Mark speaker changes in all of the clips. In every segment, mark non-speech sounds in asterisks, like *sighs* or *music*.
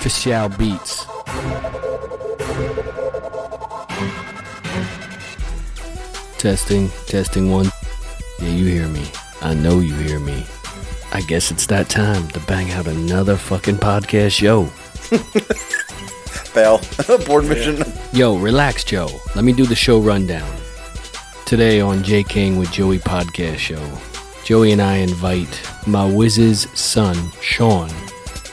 Speaker 1: Kashow Beats. Testing, testing one. Yeah, you hear me. I know you hear me. I guess it's that time to bang out another fucking podcast show.
Speaker 2: Fail. *laughs* Board mission.
Speaker 1: Yo, relax, Joe. Let me do the show rundown. Today on J King with Joey podcast show, Joey and I invite my Wiz's son, Sean,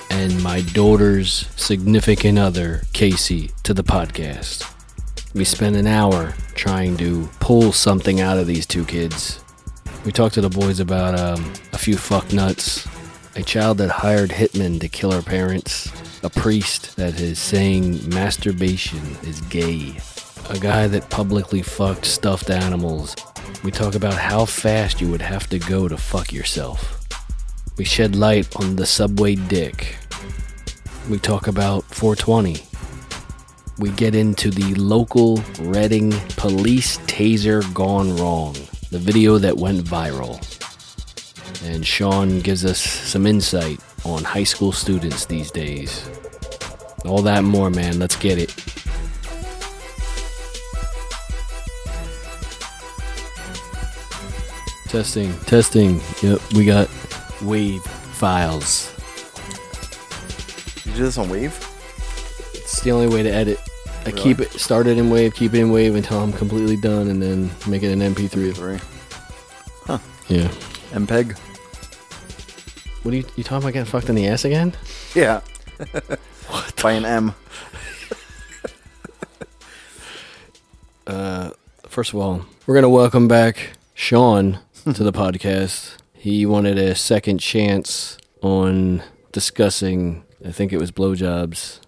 Speaker 1: and my daughter's significant other, Casey, to the podcast. We spend an hour trying to pull something out of these two kids. We talked to the boys about um, a few fuck nuts, a child that hired hitmen to kill her parents, a priest that is saying masturbation is gay, a guy that publicly fucked stuffed animals. We talk about how fast you would have to go to fuck yourself. We shed light on the subway dick. We talk about 420. We get into the local Reading police taser gone wrong, the video that went viral and Sean gives us some insight on high school students these days. All that and more, man. Let's get it. Testing, testing. Yep, we got wave files.
Speaker 2: You do this on Wave?
Speaker 1: It's the only way to edit. I keep it start it in wave, keep it in wave until I'm completely done, and then make it an MP3.
Speaker 2: Three.
Speaker 1: Yeah.
Speaker 2: MPEG?
Speaker 1: What are you, you talking about getting fucked in the ass again?
Speaker 2: *laughs* Yeah. By an M.
Speaker 1: First of all, we're going to welcome back *laughs* Sean to the podcast. He wanted a second chance on discussing, I think it was blowjobs.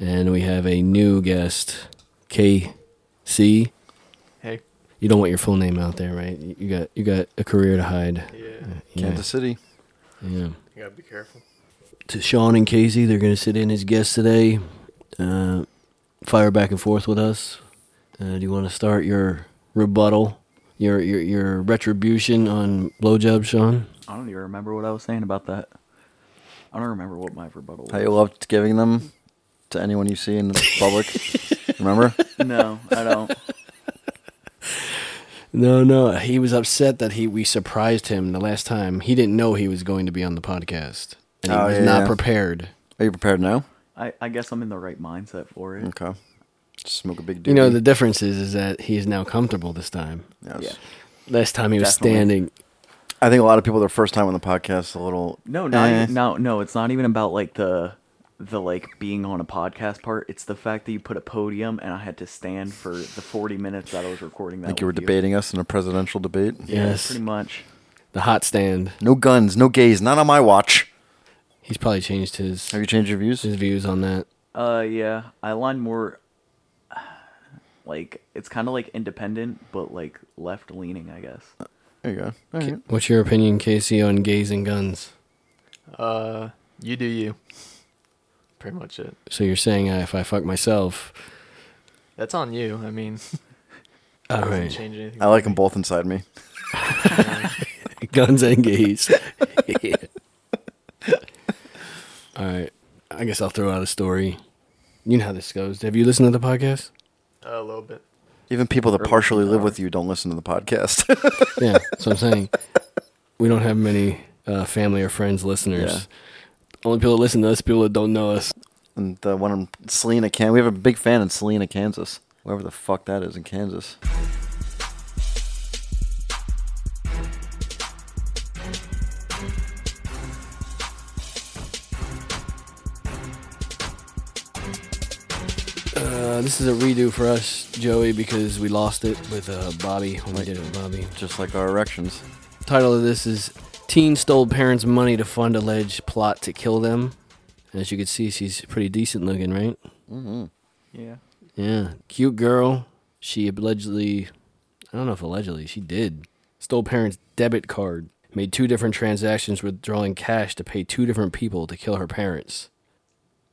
Speaker 1: And we have a new guest, KC.
Speaker 3: Hey.
Speaker 1: You don't want your full name out there, right? You you got you got a career to hide.
Speaker 3: Yeah.
Speaker 1: Yeah.
Speaker 2: Kansas City.
Speaker 1: yeah.
Speaker 3: You gotta be careful.
Speaker 1: To Sean and Casey, they're going to sit in as guests today, uh, fire back and forth with us. Uh, do you want to start your rebuttal, your your, your retribution on blowjob, Sean?
Speaker 4: I don't even remember what I was saying about that. I don't remember what my rebuttal was.
Speaker 2: How you loved giving them to anyone you see in *laughs* public. Remember?
Speaker 4: no, I don't.
Speaker 1: No, no, he was upset that he we surprised him the last time. He didn't know he was going to be on the podcast, and he
Speaker 2: Oh,
Speaker 1: was
Speaker 2: yeah,
Speaker 1: not
Speaker 2: yeah.
Speaker 1: prepared.
Speaker 2: Are you prepared now?
Speaker 4: I, I guess I'm in the right mindset for it.
Speaker 2: Okay. Smoke a big dude.
Speaker 1: You know, the difference is is that he is now comfortable this time.
Speaker 2: yes.
Speaker 4: Yeah.
Speaker 1: Last time he was
Speaker 4: Definitely.
Speaker 1: standing.
Speaker 2: I think a lot of people, their first time on the podcast, a little.
Speaker 4: No, not
Speaker 2: eh.
Speaker 4: even, no, no. It's not even about like the the like being on a podcast part. It's the fact that you put a podium and I had to stand for the 40 minutes that I was recording. That
Speaker 2: Like you were
Speaker 4: with
Speaker 2: debating us in a presidential debate.
Speaker 1: Yes,
Speaker 4: Pretty much.
Speaker 1: the hot stand.
Speaker 2: No guns, no gays, not on my watch.
Speaker 1: He's probably changed his
Speaker 2: Have you changed your views?
Speaker 1: his views on that.
Speaker 4: Uh, yeah. I align more. Like it's kind of like independent, but like left leaning, I guess.
Speaker 2: There you go. All right.
Speaker 1: What's your opinion, Casey, on gays and guns?
Speaker 3: Uh, you do you. Pretty much it.
Speaker 1: So you're saying uh, if I fuck myself,
Speaker 3: That's on you. I mean,
Speaker 1: all
Speaker 3: doesn't
Speaker 1: right,
Speaker 3: change anything.
Speaker 2: I like them both inside me.
Speaker 1: *laughs* guns and gays. all right, I guess I'll throw out a story. You know how this goes. Have you listened to the podcast?
Speaker 3: Uh, a little bit.
Speaker 2: Even people that
Speaker 4: Or-
Speaker 2: partially live with you don't listen to the podcast.
Speaker 1: Yeah, that's what I'm saying. *laughs* We don't have many uh, family or friends listeners. Only people that listen to us, people that don't know us.
Speaker 2: and the one in Selena, Can we have a big fan in Selena, Kansas. Wherever the fuck that is in Kansas.
Speaker 1: Uh, this is a redo for us, Joey, because we lost it with uh, Bobby when we did it with Bobby.
Speaker 2: Just like our erections.
Speaker 1: Title of this is Teen Stole Parents' Money to Fund Alleged Plot to Kill Them. And as you can see, she's pretty decent looking, right?
Speaker 2: Mm-hmm.
Speaker 4: Yeah.
Speaker 1: Yeah. Cute girl. She allegedly, I don't know if allegedly, she did. Stole parents' debit card. Made two different transactions withdrawing cash to pay two different people to kill her parents.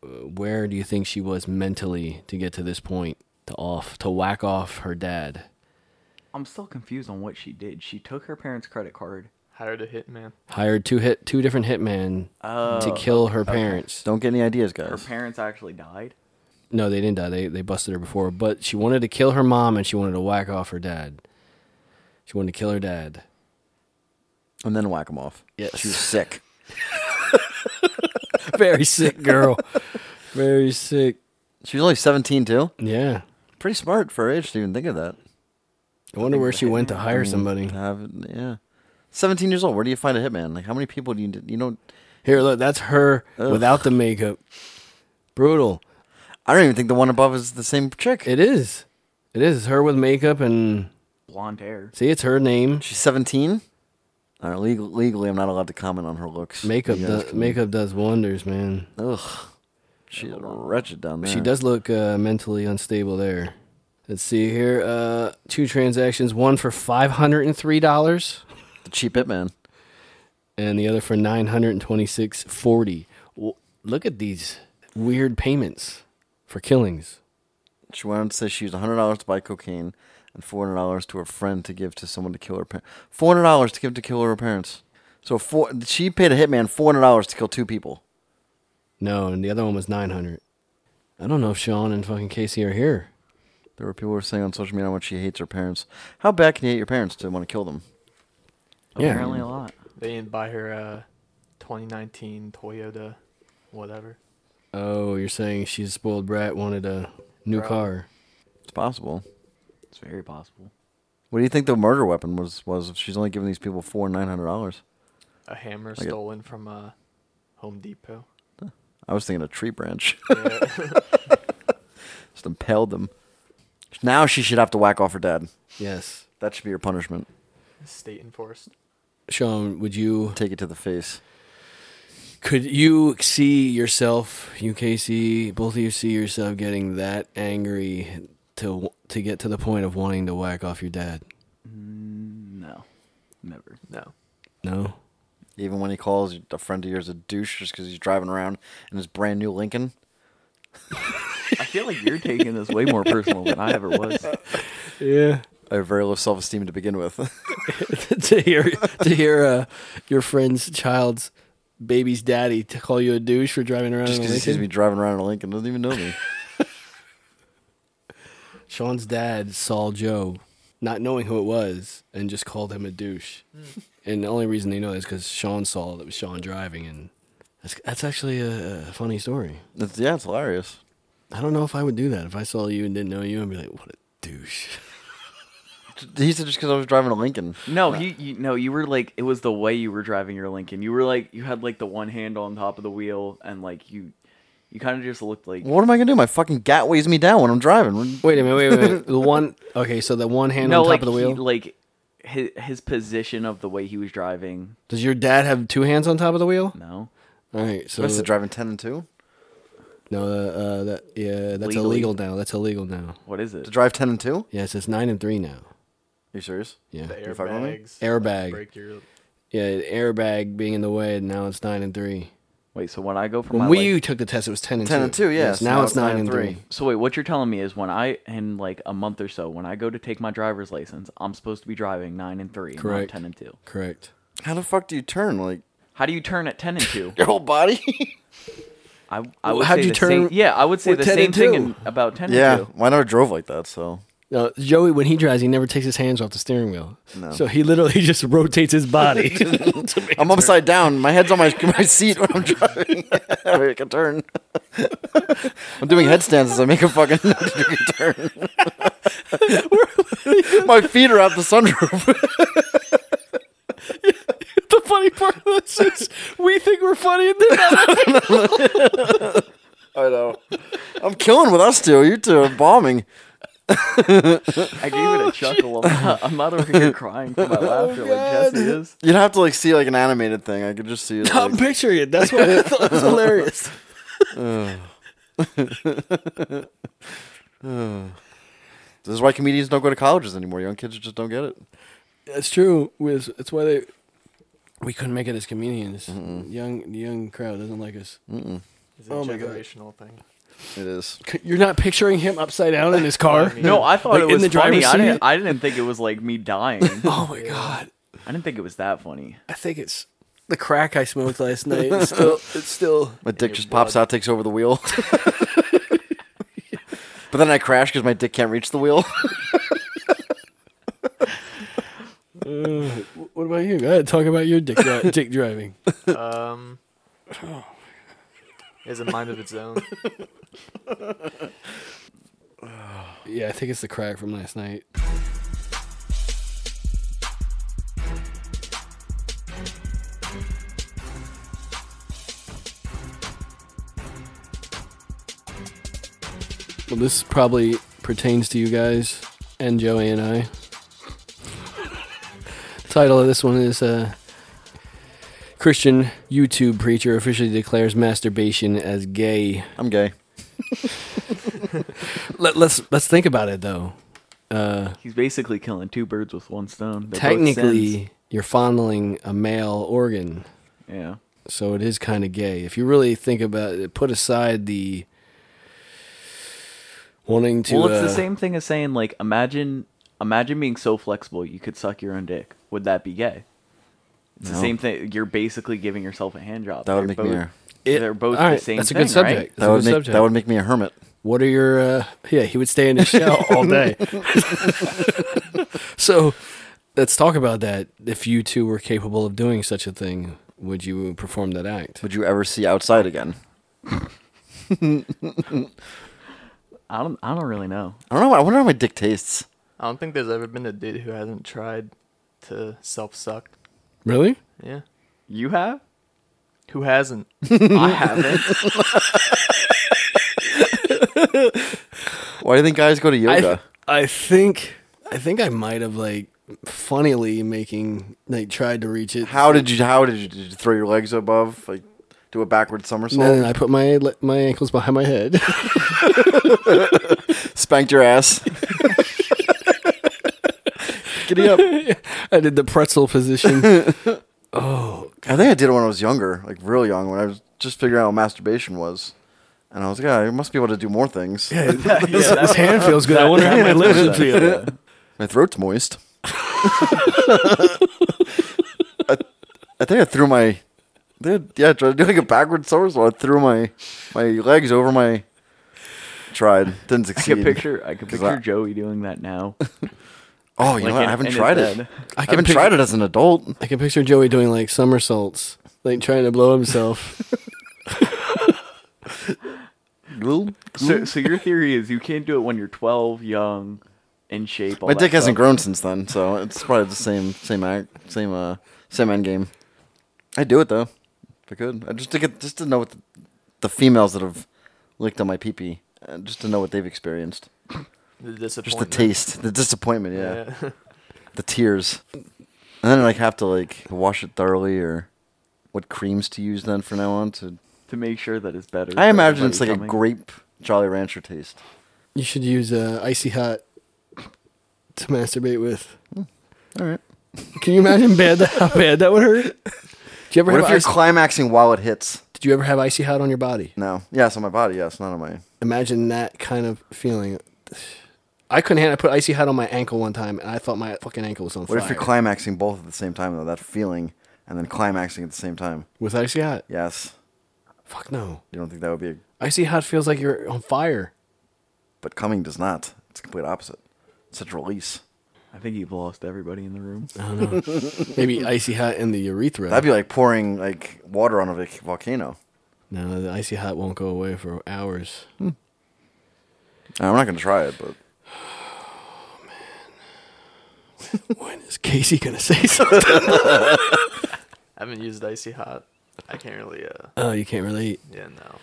Speaker 1: Uh, Where do you think she was mentally to get to this point? To off, to whack off her dad?
Speaker 4: I'm still confused on what she did. She took her parents' credit card,
Speaker 3: Hired a hitman.
Speaker 1: hired two hit two different hitmen to kill her parents.
Speaker 2: Don't get any ideas, guys.
Speaker 4: Uh, Her parents actually died.
Speaker 1: No, they didn't die. They they busted her before, but she wanted to kill her mom and she wanted to whack off her dad. She wanted to kill her dad.
Speaker 2: and then whack them off.
Speaker 1: Yes.
Speaker 2: She was sick.
Speaker 1: *laughs* Very sick girl. Very sick.
Speaker 2: She was only 17, too.
Speaker 1: Yeah.
Speaker 2: Pretty smart for her age to even think of that.
Speaker 1: I wonder where she went to hire somebody.
Speaker 2: To have, yeah. 17 years old. Where do you find a hitman? Like, how many people do you, you know,
Speaker 1: Here, look, that's her without the makeup. Brutal.
Speaker 2: I don't even think the one above is the same chick.
Speaker 1: It is. It is her with makeup and
Speaker 4: Blonde hair.
Speaker 1: see, it's her name.
Speaker 2: She's 17. All right, legal, legally, I'm not allowed to comment on her looks.
Speaker 1: Makeup
Speaker 2: You guys
Speaker 1: does,
Speaker 2: can-
Speaker 1: makeup does wonders, man.
Speaker 2: Ugh. She's wretched down there.
Speaker 1: She does look uh, mentally unstable there. Let's see here. Uh, two transactions, one for five hundred and three dollars,
Speaker 2: The cheap hitman.
Speaker 1: and the other for nine hundred and twenty-six forty. W- look at these weird payments for killings.
Speaker 2: She went on to say she used $100 to buy cocaine and $400 to her friend to give to someone to kill her parents. $400 to give to kill her parents. So four, she paid a hitman $400 to kill two people.
Speaker 1: No, and the other one was nine hundred. I don't know if Sean and fucking Casey are here.
Speaker 2: There were people who were saying on social media how much she hates her parents. How bad can you hate your parents to want to kill them?
Speaker 1: Yeah.
Speaker 4: Apparently a lot.
Speaker 3: They didn't buy her uh, 2019 Toyota, whatever.
Speaker 1: Oh, you're saying she's a spoiled brat, wanted a new
Speaker 3: Bro.
Speaker 1: car.
Speaker 2: It's possible.
Speaker 4: It's very possible.
Speaker 2: What do you think the murder weapon was? Was if she's only giving these people four nine hundred dollars?
Speaker 3: A hammer
Speaker 2: it.
Speaker 3: stolen from uh, Home Depot.
Speaker 2: I was thinking a tree branch. *laughs*
Speaker 3: Yeah.
Speaker 2: Just impaled them. Now she should have to whack off her dad.
Speaker 1: Yes.
Speaker 2: That should be her punishment.
Speaker 3: State enforced.
Speaker 1: Sean, would you
Speaker 2: Take it to the face.
Speaker 1: could you see yourself, you Casey, both of you see yourself getting that angry to to get to the point of wanting to whack off your dad?
Speaker 4: Mm, No, never.
Speaker 3: No.
Speaker 1: No.
Speaker 2: Even when he calls a friend of yours a douche just because he's driving around in his brand new Lincoln.
Speaker 4: I feel like you're taking this way more personal than I ever was.
Speaker 1: Yeah.
Speaker 2: I have very low self esteem to begin with. *laughs*
Speaker 1: *laughs* to hear to hear uh, your friend's child's baby's daddy to call you a douche for driving around
Speaker 2: just
Speaker 1: in a
Speaker 2: because he sees
Speaker 1: Lincoln.
Speaker 2: me driving around in a Lincoln doesn't even know me.
Speaker 1: Sean's dad saw Joe, not knowing who it was, and just called him a douche. And the only reason they know that is because Sean saw that was Sean driving, and that's, that's actually a, a funny story.
Speaker 2: It's, yeah, it's hilarious.
Speaker 1: I don't know if I would do that if I saw you and didn't know you, I'd be like, what a douche.
Speaker 2: He said just because I was driving a Lincoln.
Speaker 4: No, he, you, no, you were like, it was the way you were driving your Lincoln. You were like, you had like the one hand on top of the wheel, and like you, you kind of just looked like
Speaker 2: What am I gonna do? My fucking gat weighs me down when I'm driving.
Speaker 1: Wait a minute, wait a minute. the one, okay, so the one hand
Speaker 4: no,
Speaker 1: on top
Speaker 4: like
Speaker 1: of the wheel.
Speaker 4: He, like his his position of the way he was driving.
Speaker 1: Does your dad have two hands on top of the wheel?
Speaker 4: No,
Speaker 1: All right, so
Speaker 2: What's the driving ten and two?
Speaker 1: no, uh, uh, that yeah, that's
Speaker 4: Legally.
Speaker 1: illegal now. That's illegal now.
Speaker 4: what is it?
Speaker 2: To drive ten and two?
Speaker 1: Yes, it's nine and three now.
Speaker 2: you serious?
Speaker 1: Yeah,
Speaker 3: The
Speaker 2: You fucking with me?
Speaker 3: airbags.
Speaker 1: Airbag.
Speaker 3: Break your.
Speaker 1: yeah, airbag being in the way, and now it's nine and three.
Speaker 4: Wait, so when I go from
Speaker 1: When
Speaker 4: my
Speaker 1: we
Speaker 4: like-
Speaker 1: took the test, it was ten and
Speaker 2: 10
Speaker 1: two.
Speaker 2: and two, yeah, so
Speaker 1: now, it's nine, and three.
Speaker 4: so wait, what you're telling me is when I in like a month or so, when I go to take my driver's license, I'm supposed to be driving nine and three,
Speaker 1: Correct.
Speaker 4: not ten and two.
Speaker 1: Correct.
Speaker 2: How the fuck do you turn? Like *laughs*
Speaker 4: How do you turn at ten and two?
Speaker 2: your whole body?
Speaker 4: I, I
Speaker 1: Well,
Speaker 4: would
Speaker 1: how'd
Speaker 4: say
Speaker 1: you
Speaker 4: the same-
Speaker 1: turn
Speaker 4: yeah, I would say
Speaker 1: with
Speaker 4: the
Speaker 1: 10
Speaker 4: same
Speaker 1: and
Speaker 4: thing
Speaker 1: two?
Speaker 4: in, about ten and
Speaker 2: yeah.
Speaker 4: two.
Speaker 2: Well, I never drove like that, so
Speaker 1: No, Joey, when he drives, he never takes his hands off the steering wheel.
Speaker 2: No.
Speaker 1: So he literally *laughs* just rotates his body. *laughs* to make-
Speaker 2: I'm upside down. My head's on my *laughs* my seat when I'm driving. *laughs* I make a *laughs* turn. I'm doing headstands as I make a fucking *laughs* 90 degree turn. *laughs* my feet are out the sunroof. *laughs*
Speaker 1: the funny part of this is we think we're funny and they're not.
Speaker 2: I know. I'm killing with us two. You two are bombing.
Speaker 4: I gave it a chuckle. I'm not, I'm not over here crying for my
Speaker 1: Oh,
Speaker 4: laughter like Jesse is.
Speaker 2: You'd have to like see like an animated thing. I could just *laughs* see it.
Speaker 1: I'm
Speaker 2: Like,
Speaker 1: picturing it. That's why I thought it was hilarious.
Speaker 2: this is why comedians don't go to colleges anymore. Young kids just don't get it.
Speaker 1: That's true. With That's why they we couldn't make it as comedians. Young the young crowd doesn't like us.
Speaker 3: Is it
Speaker 1: Oh
Speaker 3: a
Speaker 1: my God.
Speaker 3: generational thing?
Speaker 2: It is.
Speaker 1: C- You're not picturing him upside down in his car?
Speaker 4: No, I thought
Speaker 1: Like,
Speaker 4: it
Speaker 1: in
Speaker 4: was
Speaker 1: the
Speaker 4: funny.
Speaker 1: driver's
Speaker 4: I
Speaker 1: seat? *laughs*
Speaker 4: didn't, I didn't think it was like me dying.
Speaker 1: Oh my god.
Speaker 4: I didn't think it was that funny.
Speaker 1: I think it's the crack I smoked last night. *laughs*
Speaker 3: *laughs*
Speaker 1: It's still, it's still.
Speaker 2: My dick
Speaker 3: your
Speaker 2: just pops
Speaker 3: blood.
Speaker 2: out, takes over the *laughs* wheel. but then I crash because my dick can't reach the wheel. *laughs*
Speaker 1: Uh, what about you? Go ahead, talk about your dick, dri- dick driving.
Speaker 3: Um, it has a mind of its own.
Speaker 1: Yeah, I think it's the crack from last night. Well, this probably pertains to you guys and Joey and I. Title of this one is uh, Christian YouTube preacher officially declares masturbation as gay
Speaker 2: I'm gay.
Speaker 1: let, let's let's think about it though. Uh,
Speaker 4: He's basically killing two birds with one stone. They're both sins.
Speaker 1: technically, you're fondling a male organ,
Speaker 4: yeah.
Speaker 1: so it is kind of gay. If you really think about it, put aside the wanting to.
Speaker 4: well, it's
Speaker 1: uh,
Speaker 4: the same thing as saying like, imagine, imagine being so flexible you could suck your own dick. Would that be gay? It's the
Speaker 2: No.
Speaker 4: same thing. You're basically giving yourself a hand job.
Speaker 2: That would
Speaker 4: They're
Speaker 2: make
Speaker 4: both,
Speaker 2: me a,
Speaker 1: it-
Speaker 4: They're both
Speaker 1: all
Speaker 4: the
Speaker 1: right,
Speaker 4: same.
Speaker 1: That's a
Speaker 4: thing,
Speaker 1: good subject.
Speaker 4: Right?
Speaker 1: That's
Speaker 2: that
Speaker 1: a
Speaker 2: would
Speaker 1: good
Speaker 2: make
Speaker 1: subject.
Speaker 2: that would make me a hermit.
Speaker 1: What are your? Uh, yeah, he would stay in his
Speaker 4: *laughs*
Speaker 1: shell all day. *laughs* so, let's talk about that. If you two were capable of doing such a thing, would you perform that act?
Speaker 2: Would you ever see outside again?
Speaker 4: I don't. I don't really know.
Speaker 2: I don't know. I wonder how my dick tastes.
Speaker 3: I don't think there's ever been a dude who hasn't tried to self suck.
Speaker 1: Really?
Speaker 3: Yeah.
Speaker 4: You
Speaker 2: *laughs*
Speaker 4: have?
Speaker 3: Who hasn't?
Speaker 4: I haven't.
Speaker 2: Why do you think guys go to
Speaker 1: I,
Speaker 2: yoga?
Speaker 1: I think I think I might have like funnily making like tried to reach it.
Speaker 2: how did you? How did you, did you throw your legs above? Like do a backward somersault?
Speaker 1: No, no, no, I put my le- my ankles behind my
Speaker 2: *laughs*
Speaker 1: head.
Speaker 2: Spanked your ass. Giddy up.
Speaker 1: *laughs* I did the pretzel
Speaker 2: *laughs*
Speaker 1: position.
Speaker 2: I think I did it when I was younger, like real young, when I was just figuring out what masturbation was. And I was like, yeah, I must be able to do more things.
Speaker 1: this, this hand feels good. I wonder how my lips
Speaker 2: *laughs*
Speaker 1: would feel.
Speaker 2: My throat's moist. *laughs* I, I think I threw my, I think I- yeah, I tried to do like a backward somersault. I threw my, my legs over my, tried, didn't
Speaker 4: I
Speaker 2: succeed.
Speaker 4: could picture. I could
Speaker 2: Cause
Speaker 4: picture
Speaker 2: I-
Speaker 4: Joey doing
Speaker 2: *laughs*
Speaker 4: that now.
Speaker 2: Oh, you know
Speaker 4: like
Speaker 2: what?
Speaker 4: in-
Speaker 2: I haven't
Speaker 4: in his
Speaker 2: tried it.
Speaker 4: head.
Speaker 2: I,
Speaker 1: I can
Speaker 2: haven't
Speaker 1: picture-
Speaker 2: tried it as an adult.
Speaker 1: I can picture Joey doing like somersaults, like trying to blow
Speaker 2: *laughs*
Speaker 1: himself.
Speaker 4: So, so your theory is you can't do it when you're 12, young, in shape. All
Speaker 2: My
Speaker 4: that
Speaker 2: dick hasn't
Speaker 4: stuff.
Speaker 2: grown since then, so it's probably the same same act, same uh same end game. I'd do it though, if I could. I just to get just to know what the, the females that have licked on my pee pee, uh, just to know what they've experienced.
Speaker 3: The
Speaker 2: Just the
Speaker 3: disappointment.
Speaker 2: taste, the disappointment, yeah,
Speaker 3: yeah. *laughs*
Speaker 2: the tears, and then like have to like wash it thoroughly or what creams to use then for now on. To
Speaker 4: to make sure that it's better.
Speaker 2: I
Speaker 4: for
Speaker 2: imagine it's like
Speaker 4: everybody
Speaker 2: a
Speaker 4: coming.
Speaker 2: grape Jolly Rancher taste.
Speaker 1: You should use uh, icy hot to masturbate with.
Speaker 2: All right.
Speaker 1: Can you imagine bad *laughs* that, how bad that would hurt? Did you ever
Speaker 2: What if
Speaker 1: have
Speaker 2: you're
Speaker 1: icy-
Speaker 2: climaxing while it hits?
Speaker 1: Did you ever have icy hot on your body?
Speaker 2: No. Yes, on my body. Yes, not on my.
Speaker 1: imagine that kind of feeling. I couldn't handle. I put icy hot on my ankle one time, and I thought my fucking ankle was on
Speaker 2: What
Speaker 1: fire.
Speaker 2: if you're climaxing both at the same time though? That feeling and then climaxing at the same time.
Speaker 1: with icy hot?
Speaker 2: Yes.
Speaker 1: Fuck no.
Speaker 2: You don't think that would be a,
Speaker 1: Icy hot feels like you're on fire.
Speaker 2: but coming does not. It's the complete opposite. It's such a release.
Speaker 4: I think you've lost everybody in the room.
Speaker 1: I don't know.
Speaker 2: *laughs*
Speaker 1: Maybe icy hot in the urethra.
Speaker 2: That'd be like pouring like water on a vic- volcano.
Speaker 1: no, the icy hot won't go away for hours. *laughs*
Speaker 2: I'm not gonna try it, but
Speaker 1: when is Casey gonna say something?
Speaker 3: I haven't used icy hot. I can't really. Uh,
Speaker 1: oh, you can't relate.
Speaker 3: yeah, no.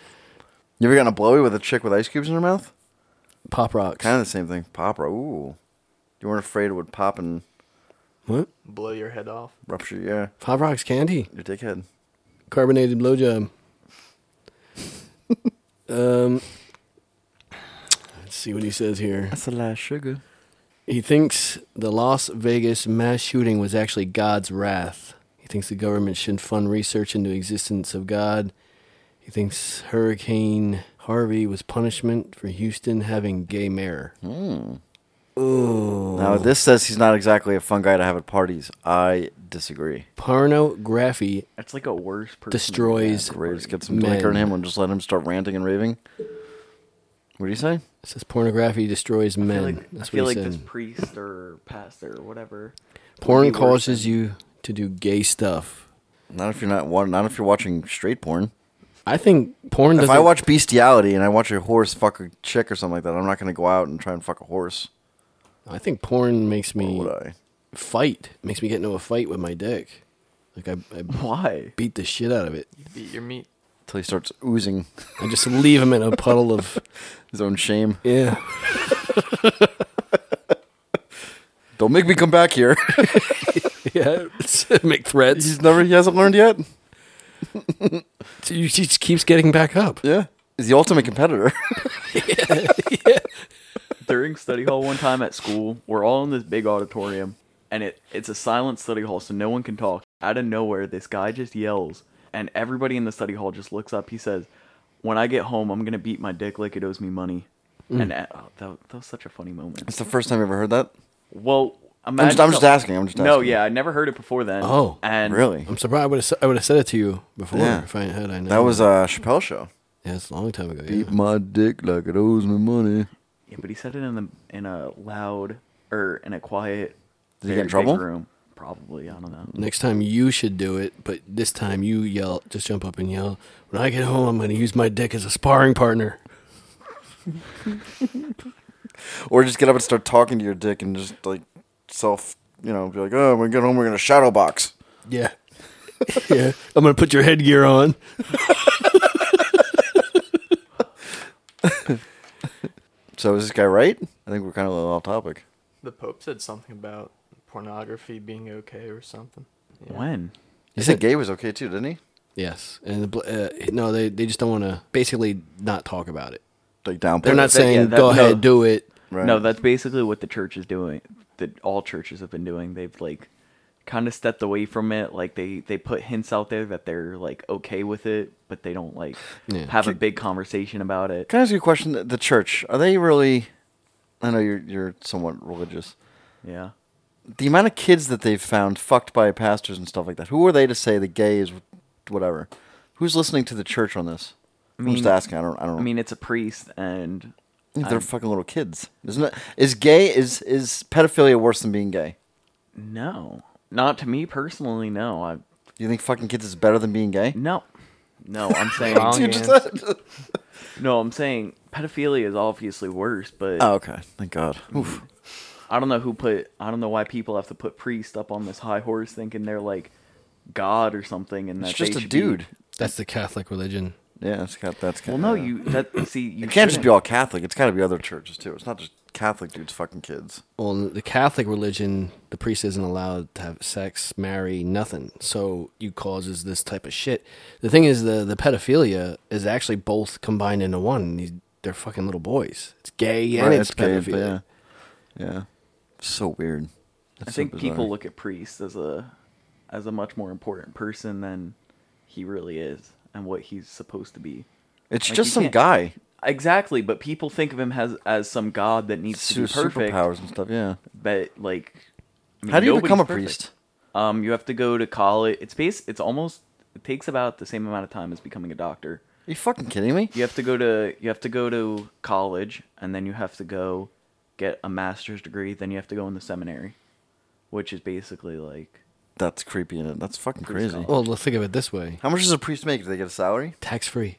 Speaker 2: you ever gotten a blowy with a chick with ice cubes in her mouth?
Speaker 1: Pop rocks.
Speaker 2: Kind of the same thing. Pop, ooh. You weren't afraid it would pop and
Speaker 1: What?
Speaker 3: Blow your head off.
Speaker 2: rupture your
Speaker 1: Pop rocks candy.
Speaker 2: your dickhead.
Speaker 1: Carbonated
Speaker 2: *laughs*
Speaker 1: blowjob. um. Let's see what he says here.
Speaker 2: That's a lot of sugar.
Speaker 1: He thinks the Las Vegas mass shooting was actually God's wrath. He thinks the government shouldn't fund research into existence of God. He thinks Hurricane Harvey was punishment for Houston having gay mayor.
Speaker 2: Now this says he's not exactly a fun guy to have at parties. I disagree.
Speaker 1: Pornography
Speaker 4: That's like a worse person.
Speaker 1: destroys
Speaker 2: Great, just get some
Speaker 1: men.
Speaker 2: liquor in him and just let him start ranting and raving. What do you say?
Speaker 1: It says pornography destroys
Speaker 4: I
Speaker 1: men.
Speaker 4: feel like, I
Speaker 1: That's
Speaker 4: feel
Speaker 1: what
Speaker 4: like
Speaker 1: he said.
Speaker 4: this priest or pastor or whatever.
Speaker 1: Porn
Speaker 4: would be worse
Speaker 1: causes you to do gay stuff.
Speaker 2: Not if you're not one. Not if you're watching straight porn.
Speaker 1: I think porn
Speaker 2: If
Speaker 1: doesn't.
Speaker 2: I watch bestiality and I watch a horse fuck a chick or something like that, I'm not gonna go out and try and fuck a horse.
Speaker 1: I think porn makes
Speaker 2: Or
Speaker 1: me
Speaker 2: would I?
Speaker 1: fight. Makes me get into a fight with my dick. Like I, I
Speaker 4: *laughs* Why?
Speaker 1: beat the shit out of it.
Speaker 3: You beat your meat.
Speaker 2: Until he starts oozing
Speaker 1: I just leave him in a puddle of *laughs*
Speaker 2: his own shame.
Speaker 1: yeah.
Speaker 2: Don't make me come back here. *laughs*
Speaker 1: Yeah, *laughs* make threats.
Speaker 2: He's never. He hasn't learned yet.
Speaker 1: He just keeps getting back up.
Speaker 2: Yeah. He's the ultimate competitor. *laughs*
Speaker 4: during study hall one time at school, we're all in this big auditorium, and it, it's a silent study hall, so no one can talk. Out of nowhere, this guy just yells, and everybody in the study hall just looks up. He says, "When I get home, I'm gonna beat my dick like it owes me money." And uh, oh, that, that was such a funny moment.
Speaker 2: it's the first time I ever heard that.
Speaker 4: Well, imagine
Speaker 2: I'm just, I'm just
Speaker 4: so-
Speaker 2: asking. I'm just asking.
Speaker 4: No, yeah, I never heard it before then.
Speaker 1: Oh,
Speaker 4: and
Speaker 2: Really?
Speaker 1: I'm surprised. I would have. I would have said it to you before
Speaker 2: Yeah.
Speaker 1: if I had. I know
Speaker 2: That was a Chappelle show.
Speaker 1: Yeah, it's a long time ago.
Speaker 2: Beat
Speaker 1: Yeah.
Speaker 2: my dick like it owes me money.
Speaker 4: Yeah, but he said it in the in a loud or in a quiet.
Speaker 2: Did he get in
Speaker 4: very big
Speaker 2: trouble?
Speaker 4: Room, probably. I don't know.
Speaker 1: Next time you should do it, but this time you yell. Just jump up and yell. When I get home, I'm going to use my dick as a sparring partner.
Speaker 2: Or just get up and start talking to your dick and just like self, you know, be like, oh, when we get home, we're gonna shadow box.
Speaker 1: Yeah. *laughs* yeah. I'm going to put your headgear on.
Speaker 2: So is this guy right? I think we're kind of off topic.
Speaker 3: The Pope said something about pornography being okay or something. Yeah.
Speaker 4: When?
Speaker 2: He said gay was okay too, didn't he?
Speaker 1: Yes. And the, bl- uh, no, they they just don't want to basically not talk about it.
Speaker 2: Like downplay.
Speaker 1: They're not
Speaker 2: it.
Speaker 4: that- yeah,
Speaker 1: saying
Speaker 4: that-
Speaker 1: go
Speaker 4: no.
Speaker 1: ahead, do it.
Speaker 2: Right.
Speaker 4: No, that's basically what the church is doing. That all churches have been doing. They've like kind of stepped away from it. Like they they put hints out there that they're like okay with it, but they don't like
Speaker 1: Yeah.
Speaker 4: have a big conversation about it.
Speaker 2: Can I ask you a question? The- The church are they really? I know you're you're somewhat religious.
Speaker 4: Yeah.
Speaker 2: The amount of kids that they've found fucked by pastors and stuff like that. Who are they to say the gay is whatever? Who's listening to the church on this? I am just
Speaker 4: mean-
Speaker 2: asking. I don't. I don't.
Speaker 4: I mean, it's a priest, and
Speaker 2: they're fucking little kids, isn't it? Is gay is is pedophilia worse than being gay?
Speaker 4: no, not to me personally. No, I
Speaker 2: Do you think fucking kids is better than being gay?
Speaker 4: no, no.
Speaker 2: *laughs*
Speaker 4: I'm saying
Speaker 3: Wrong.
Speaker 2: You
Speaker 3: answer.
Speaker 2: just-
Speaker 4: no. I'm saying pedophilia is obviously worse, but
Speaker 2: *laughs* oh, okay. Thank God.
Speaker 4: Hmm.
Speaker 2: Oof.
Speaker 4: I don't know who put. I don't know why people have to put priest up on this high horse, thinking they're like God or something, and
Speaker 2: It's
Speaker 4: that they
Speaker 2: just a
Speaker 4: should be-
Speaker 2: dude.
Speaker 1: That's the Catholic religion.
Speaker 2: Yeah, that's got that's got.
Speaker 4: Well, no, you
Speaker 2: *clears throat*
Speaker 4: that see you
Speaker 2: It can't just be
Speaker 4: shouldn't.
Speaker 2: all Catholic. It's got to be other churches too. It's not just Catholic dudes fucking kids.
Speaker 1: Well, in the Catholic religion, the priest isn't allowed to have sex, marry, nothing. So you causes this type of shit. The thing is, the the pedophilia is actually both combined into one. These- They're fucking little boys. It's gay and
Speaker 2: Right,
Speaker 1: it's,
Speaker 2: gay, but
Speaker 1: pedophilia.
Speaker 2: yeah, yeah. So weird.
Speaker 4: I
Speaker 2: That's so
Speaker 4: think people
Speaker 2: bizarre.
Speaker 4: look at priest as a as a much more important person than he really is and what he's supposed to be.
Speaker 2: It's
Speaker 4: like,
Speaker 2: just
Speaker 4: you
Speaker 2: some
Speaker 4: can't-
Speaker 2: guy.
Speaker 4: Exactly, but people think of him as as some god that needs
Speaker 2: Su-
Speaker 4: to be perfect.
Speaker 2: superpowers and stuff. Yeah.
Speaker 4: But like, I mean,
Speaker 2: How do you
Speaker 4: nobody's
Speaker 2: become a
Speaker 4: perfect.
Speaker 2: priest?
Speaker 4: Um, you have to go to college. It's base. It's almost. It takes about the same amount of time as becoming a doctor.
Speaker 2: Are you fucking kidding me?
Speaker 4: you have to go to you have to go to college and then you have to go get a master's degree then you have to go in the seminary which is basically like
Speaker 2: That's creepy in it. That's fucking
Speaker 4: Priest
Speaker 2: crazy.
Speaker 4: college.
Speaker 1: Well, let's think of it this way:
Speaker 2: How much does a priest make? Do they get a salary?
Speaker 1: tax free.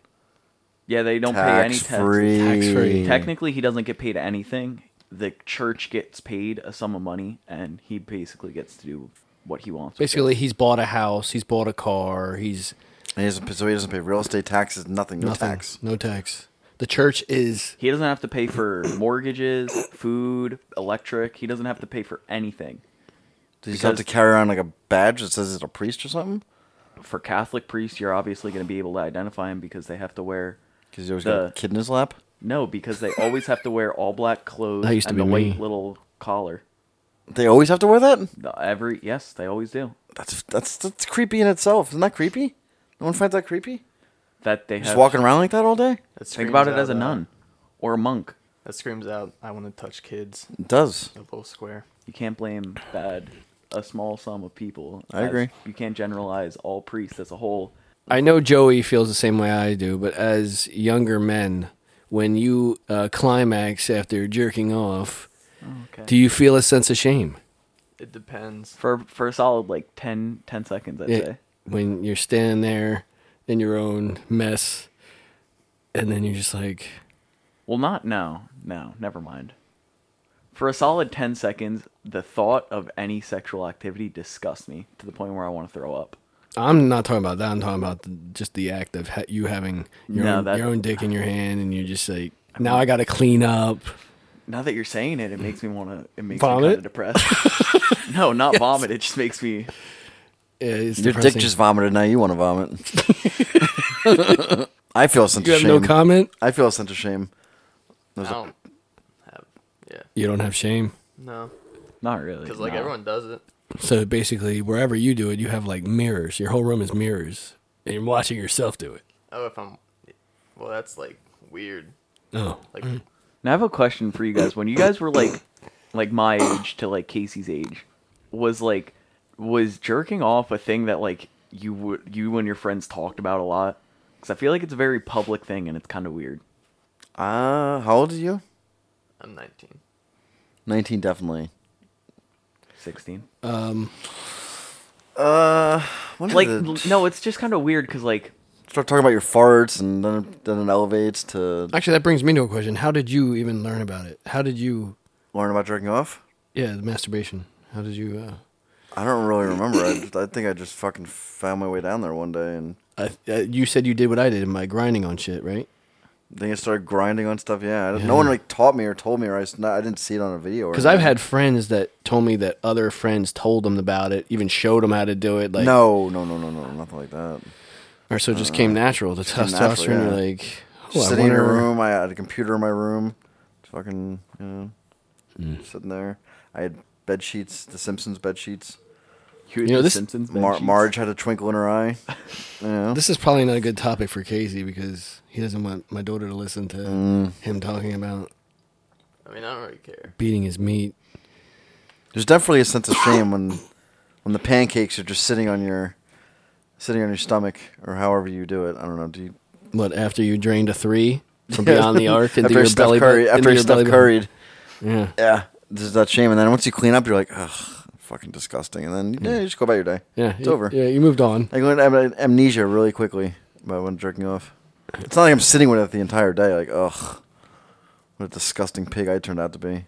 Speaker 4: yeah they don't pay any
Speaker 2: Tax
Speaker 4: taxes
Speaker 2: free.
Speaker 1: Tax-free.
Speaker 4: technically he doesn't get paid anything the church gets paid a sum of money and he basically gets to do what he wants with it.
Speaker 1: Basically, he's bought a house, he's bought a car, he's
Speaker 2: And he doesn't, pay- so he doesn't pay real estate taxes, nothing, no
Speaker 1: nothing,
Speaker 2: tax.
Speaker 1: no tax. The church is
Speaker 4: he doesn't have to pay for mortgages food electric he doesn't have to pay for anything
Speaker 2: Does he just have to
Speaker 4: Because-
Speaker 2: carry around like a badge that says it's a priest or something?
Speaker 4: for catholic priests you're obviously going to be able to identify him because they have to wear
Speaker 2: Because he always got a
Speaker 4: The-
Speaker 2: kid in his lap.
Speaker 4: No, because they always have to wear all black clothes
Speaker 1: That used to
Speaker 4: and
Speaker 1: be
Speaker 4: the
Speaker 1: me.
Speaker 4: white little collar.
Speaker 2: They always have to wear that.
Speaker 4: The- every yes, they always do.
Speaker 2: That's that's that's creepy in itself. Isn't that creepy? No one finds that creepy.
Speaker 4: That they
Speaker 2: Just
Speaker 4: have.
Speaker 2: walking around like that all day.
Speaker 3: That
Speaker 4: Think about
Speaker 3: screams
Speaker 4: it as
Speaker 3: out
Speaker 4: a
Speaker 3: loud.
Speaker 4: nun or a monk.
Speaker 3: That screams out, I want to touch kids.
Speaker 2: It does.
Speaker 3: The little square.
Speaker 4: You can't blame bad a small sum of people.
Speaker 2: I
Speaker 4: as-
Speaker 2: agree.
Speaker 4: You can't generalize all priests as a whole.
Speaker 1: I know Joey feels the same way I do, but as younger men, when you uh, climax after jerking off,
Speaker 4: okay.
Speaker 1: do you feel a sense of shame?
Speaker 3: It depends.
Speaker 4: for for a solid like 10, 10 seconds, I'd
Speaker 1: Yeah,
Speaker 4: say.
Speaker 1: when you're standing there in your own mess, and then you're just like,
Speaker 4: Well, not no, no, never mind. For a solid ten seconds, the thought of any sexual activity disgusts me to the point where I want to throw up.
Speaker 1: I'm not talking about that. I'm talking about the, just the act of ha- you having your,
Speaker 4: No,
Speaker 1: own,
Speaker 4: that-
Speaker 1: your own dick in your hand, and you're just like, now I got to clean up.
Speaker 4: Now that you're saying it, it makes me want to. It makes me kind
Speaker 1: Vomit?
Speaker 4: of depressed.
Speaker 1: *laughs*
Speaker 4: no, not vomit. It just makes me.
Speaker 1: Yeah, It's
Speaker 2: Your
Speaker 1: depressing.
Speaker 2: dick just vomited. Now you want to *laughs* vomit. I feel a sense
Speaker 1: You
Speaker 2: of
Speaker 1: have no
Speaker 2: shame.
Speaker 1: comment.
Speaker 2: I feel a sense of shame.
Speaker 3: I
Speaker 2: There's a-
Speaker 3: don't have. Yeah.
Speaker 1: You don't have shame.
Speaker 3: No.
Speaker 4: Not really.
Speaker 3: Because, like,
Speaker 4: no.
Speaker 3: everyone does it.
Speaker 1: So basically, wherever you do it, you have like mirrors. Your whole room is mirrors, and you're watching yourself do it.
Speaker 3: Oh, if I'm. Well, that's, like, weird.
Speaker 1: Oh,
Speaker 3: Like,
Speaker 4: Now I have a question for you guys. When you guys were like, like my age to like Casey's age, was like, was jerking off a thing that like you would you and your friends talked about a lot? Because I feel like it's a very public thing and it's kind of weird.
Speaker 2: Uh, how old are you?
Speaker 3: I'm 19.
Speaker 2: 19, definitely.
Speaker 4: Sixteen.
Speaker 2: Uh, when did
Speaker 4: Like
Speaker 2: it-
Speaker 4: no, it's just kind of weird because like
Speaker 2: start talking about your farts, and then then it elevates to
Speaker 1: actually, that brings me to a question. How did you even learn about it? How did you?
Speaker 2: learn about jerking off.
Speaker 1: Yeah, the masturbation. How did you? Uh,
Speaker 2: I don't really remember. I, just- I think I just fucking found my way down there one day, and
Speaker 1: I, uh, you said you did what I did by grinding on shit, right?
Speaker 2: then I started grinding on stuff. Yeah, I, no one like taught me or told me, or I, s- not- I didn't see it on a video. or
Speaker 1: Because I've
Speaker 2: anything.
Speaker 1: had friends that told me that other friends told them about it, even showed them how to do it. Like,
Speaker 2: no, no, no, no, no, nothing like that.
Speaker 1: or so it just came natural. The
Speaker 2: came natural,
Speaker 1: testosterone,
Speaker 2: yeah.
Speaker 1: you're like, oh,
Speaker 2: Just
Speaker 1: I
Speaker 2: sitting in your
Speaker 1: wonder-
Speaker 2: room. I had a computer in my room. Fucking, you know,
Speaker 1: Hmm.
Speaker 2: sitting there. I had bed sheets, The Simpsons bed sheets.
Speaker 4: you,
Speaker 1: know,
Speaker 4: know
Speaker 1: this-
Speaker 4: this Simpsons bed
Speaker 2: Mar-
Speaker 4: sheets.
Speaker 2: Marge had a twinkle in her
Speaker 1: *laughs*
Speaker 2: eye. You know?
Speaker 1: This is probably not a good topic for Casey because he doesn't want my daughter to listen to
Speaker 2: Mm.
Speaker 1: him talking about
Speaker 3: I mean, I don't really care.
Speaker 1: beating his meat.
Speaker 2: There's definitely a sense of shame when when the pancakes are just sitting on your sitting on your stomach or however you do it. I don't know. Do you
Speaker 1: What after you drained a three from beyond the arc into your
Speaker 2: Steph
Speaker 1: belly bu-
Speaker 2: Curry,
Speaker 1: into
Speaker 2: after
Speaker 1: your
Speaker 2: Steph
Speaker 1: belly bu-
Speaker 2: Curried?
Speaker 1: Yeah,
Speaker 2: Yeah, there's that shame, and then once you clean up, you're like, ugh, fucking disgusting, and then yeah, you just go about your day.
Speaker 1: Mm. yeah,
Speaker 2: it's
Speaker 1: you-
Speaker 2: over.
Speaker 1: Yeah, you moved on.
Speaker 2: I go into am- amnesia really quickly by when jerking off. It's not like I'm sitting with it the entire day. Like, ugh, what a disgusting pig I turned out to be.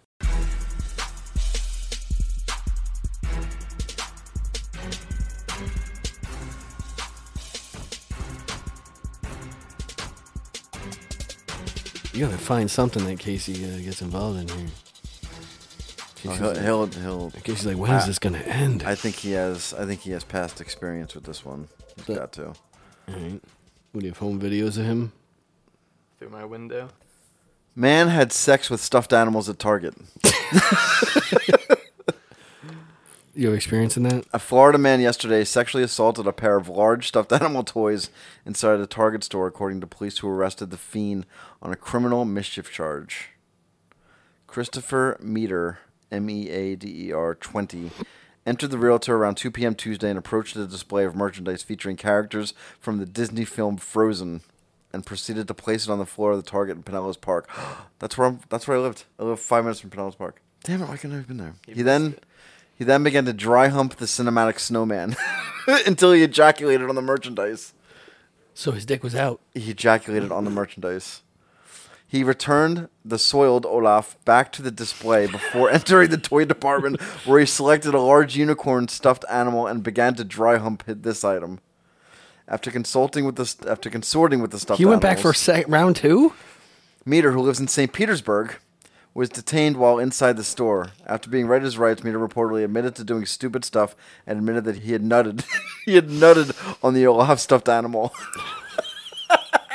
Speaker 1: You gotta find something that Casey uh, gets involved in here.
Speaker 2: Oh,
Speaker 1: Casey's
Speaker 2: he'll,
Speaker 1: like-
Speaker 2: he'll, he'll-
Speaker 1: Casey's like, when is
Speaker 2: I-
Speaker 1: this gonna end?
Speaker 2: I think he has. I think he has past experience with this one. He's
Speaker 1: But-
Speaker 2: got to.
Speaker 1: All right. What do you have home videos of him?
Speaker 3: Through my window.
Speaker 2: Man had sex with stuffed animals at Target.
Speaker 1: You have experience in that?
Speaker 2: A Florida man yesterday sexually assaulted a pair of large stuffed *laughs* animal toys inside a Target store, according to police who arrested the fiend on a criminal mischief charge. Christopher Meter, M E A D E R 20, entered the realtor around 2 p.m. Tuesday and approached the display of merchandise featuring characters from the Disney film Frozen and proceeded to place it on the floor of the Target in Pinellas Park. *gasps* that's where I'm, that's where I lived. I lived 5 minutes from Pinellas Park. Damn it, why couldn't I have been there? He, then he then began to dry hump the cinematic snowman *laughs* until he ejaculated on the merchandise
Speaker 1: So his dick was out.
Speaker 2: he ejaculated on the merchandise. He returned the soiled Olaf back to the display before *laughs* entering the toy department, where he selected a large unicorn stuffed animal and began to dry hump hit this item. After consulting with the st- after consorting with the stuffed,
Speaker 1: He went back for
Speaker 2: animals,
Speaker 1: sec- round two?
Speaker 2: Meter, who lives in St. Petersburg, was detained while inside the store. After being read his rights, Meter reportedly admitted to doing stupid stuff and admitted that he had nutted. *laughs* he had nutted on the Olaf stuffed animal. *laughs*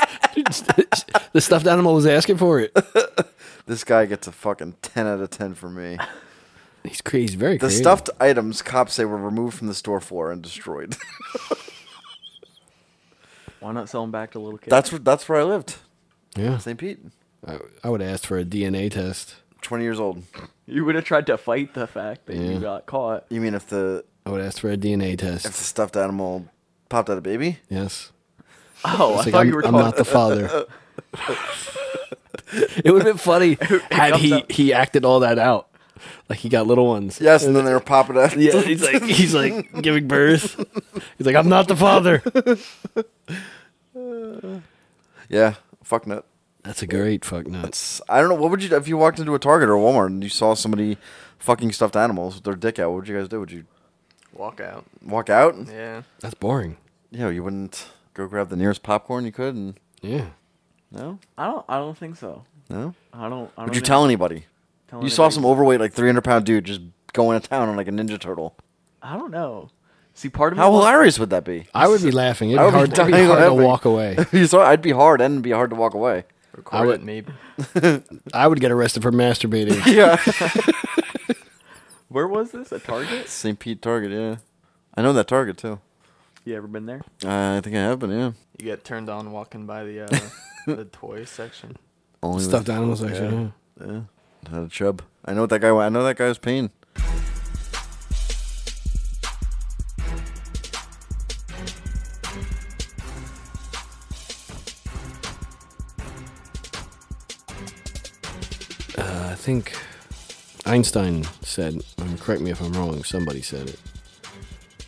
Speaker 1: the stuffed animal was asking for it.
Speaker 2: This guy gets a fucking 10 out of 10 for me.
Speaker 1: He's crazy. He's very
Speaker 2: The
Speaker 1: creative.
Speaker 2: stuffed items cops say were removed from the store floor and destroyed. *laughs*
Speaker 4: Why not sell them back to little kids?
Speaker 2: that's where, that's where I lived.
Speaker 1: Yeah.
Speaker 2: St. Pete.
Speaker 1: I, I would ask for a DNA test.
Speaker 2: Twenty years old.
Speaker 4: You would have tried to fight the fact that you
Speaker 1: Yeah.
Speaker 4: got caught.
Speaker 2: You mean if the
Speaker 1: I would ask for a DNA
Speaker 2: if the
Speaker 1: test.
Speaker 2: stuffed animal popped out a baby?
Speaker 1: Yes. It's
Speaker 4: Oh, I
Speaker 1: like,
Speaker 4: thought
Speaker 1: I'm,
Speaker 4: you were
Speaker 1: I'm
Speaker 4: talking.
Speaker 1: not the father. it would have been funny had
Speaker 4: comes
Speaker 1: he,
Speaker 4: up.
Speaker 1: he acted all that out. Like he got little ones.
Speaker 2: Yes, and then they were popping out. *laughs*
Speaker 1: Yeah, he's like he's like giving birth. He's like, I'm not the father.
Speaker 2: yeah. Fuck nut.
Speaker 1: That's a great fuck nuts.
Speaker 2: It's- I don't know. What would you do if you walked into a Target or a Walmart and you saw somebody fucking stuffed animals with their dick out? What would you guys do? Would you
Speaker 3: Walk out.
Speaker 2: walk out? Yeah,
Speaker 3: Yeah.
Speaker 1: That's boring.
Speaker 2: you wouldn't go grab the nearest popcorn you could. And
Speaker 1: Yeah.
Speaker 2: no,
Speaker 4: I don't. I don't think so.
Speaker 2: no.
Speaker 4: I don't. I don't
Speaker 2: Would you
Speaker 4: think-
Speaker 2: tell anybody?
Speaker 4: tell
Speaker 2: You saw
Speaker 4: anybody.
Speaker 2: some overweight, like 300 pound dude just going to town on like a Ninja Turtle.
Speaker 4: I don't know. See, part of me
Speaker 2: How
Speaker 4: wants-
Speaker 2: hilarious would that be? *laughs*
Speaker 1: I would be laughing. It'd
Speaker 2: I
Speaker 1: be
Speaker 2: would
Speaker 1: hard, it'd be
Speaker 2: dying
Speaker 1: hard to
Speaker 2: laughing.
Speaker 1: walk away.
Speaker 2: you saw, I'd be hard and be hard to walk away.
Speaker 3: Record
Speaker 1: would-
Speaker 3: it, maybe.
Speaker 1: I would get arrested for masturbating.
Speaker 2: *laughs* Yeah.
Speaker 4: Where was this? A Target?
Speaker 2: St. Pete Target, yeah. I know that Target too.
Speaker 4: You ever been there?
Speaker 2: Uh, I think I have been, yeah.
Speaker 3: You get turned on walking by the uh, the toy section.
Speaker 2: Only with-
Speaker 1: Stuffed animals, actually. yeah.
Speaker 2: Yeah. Had a chub. I know what that guy. I know that guy was pain.
Speaker 1: Uh, I think Einstein said, and correct me if I'm wrong, somebody said it,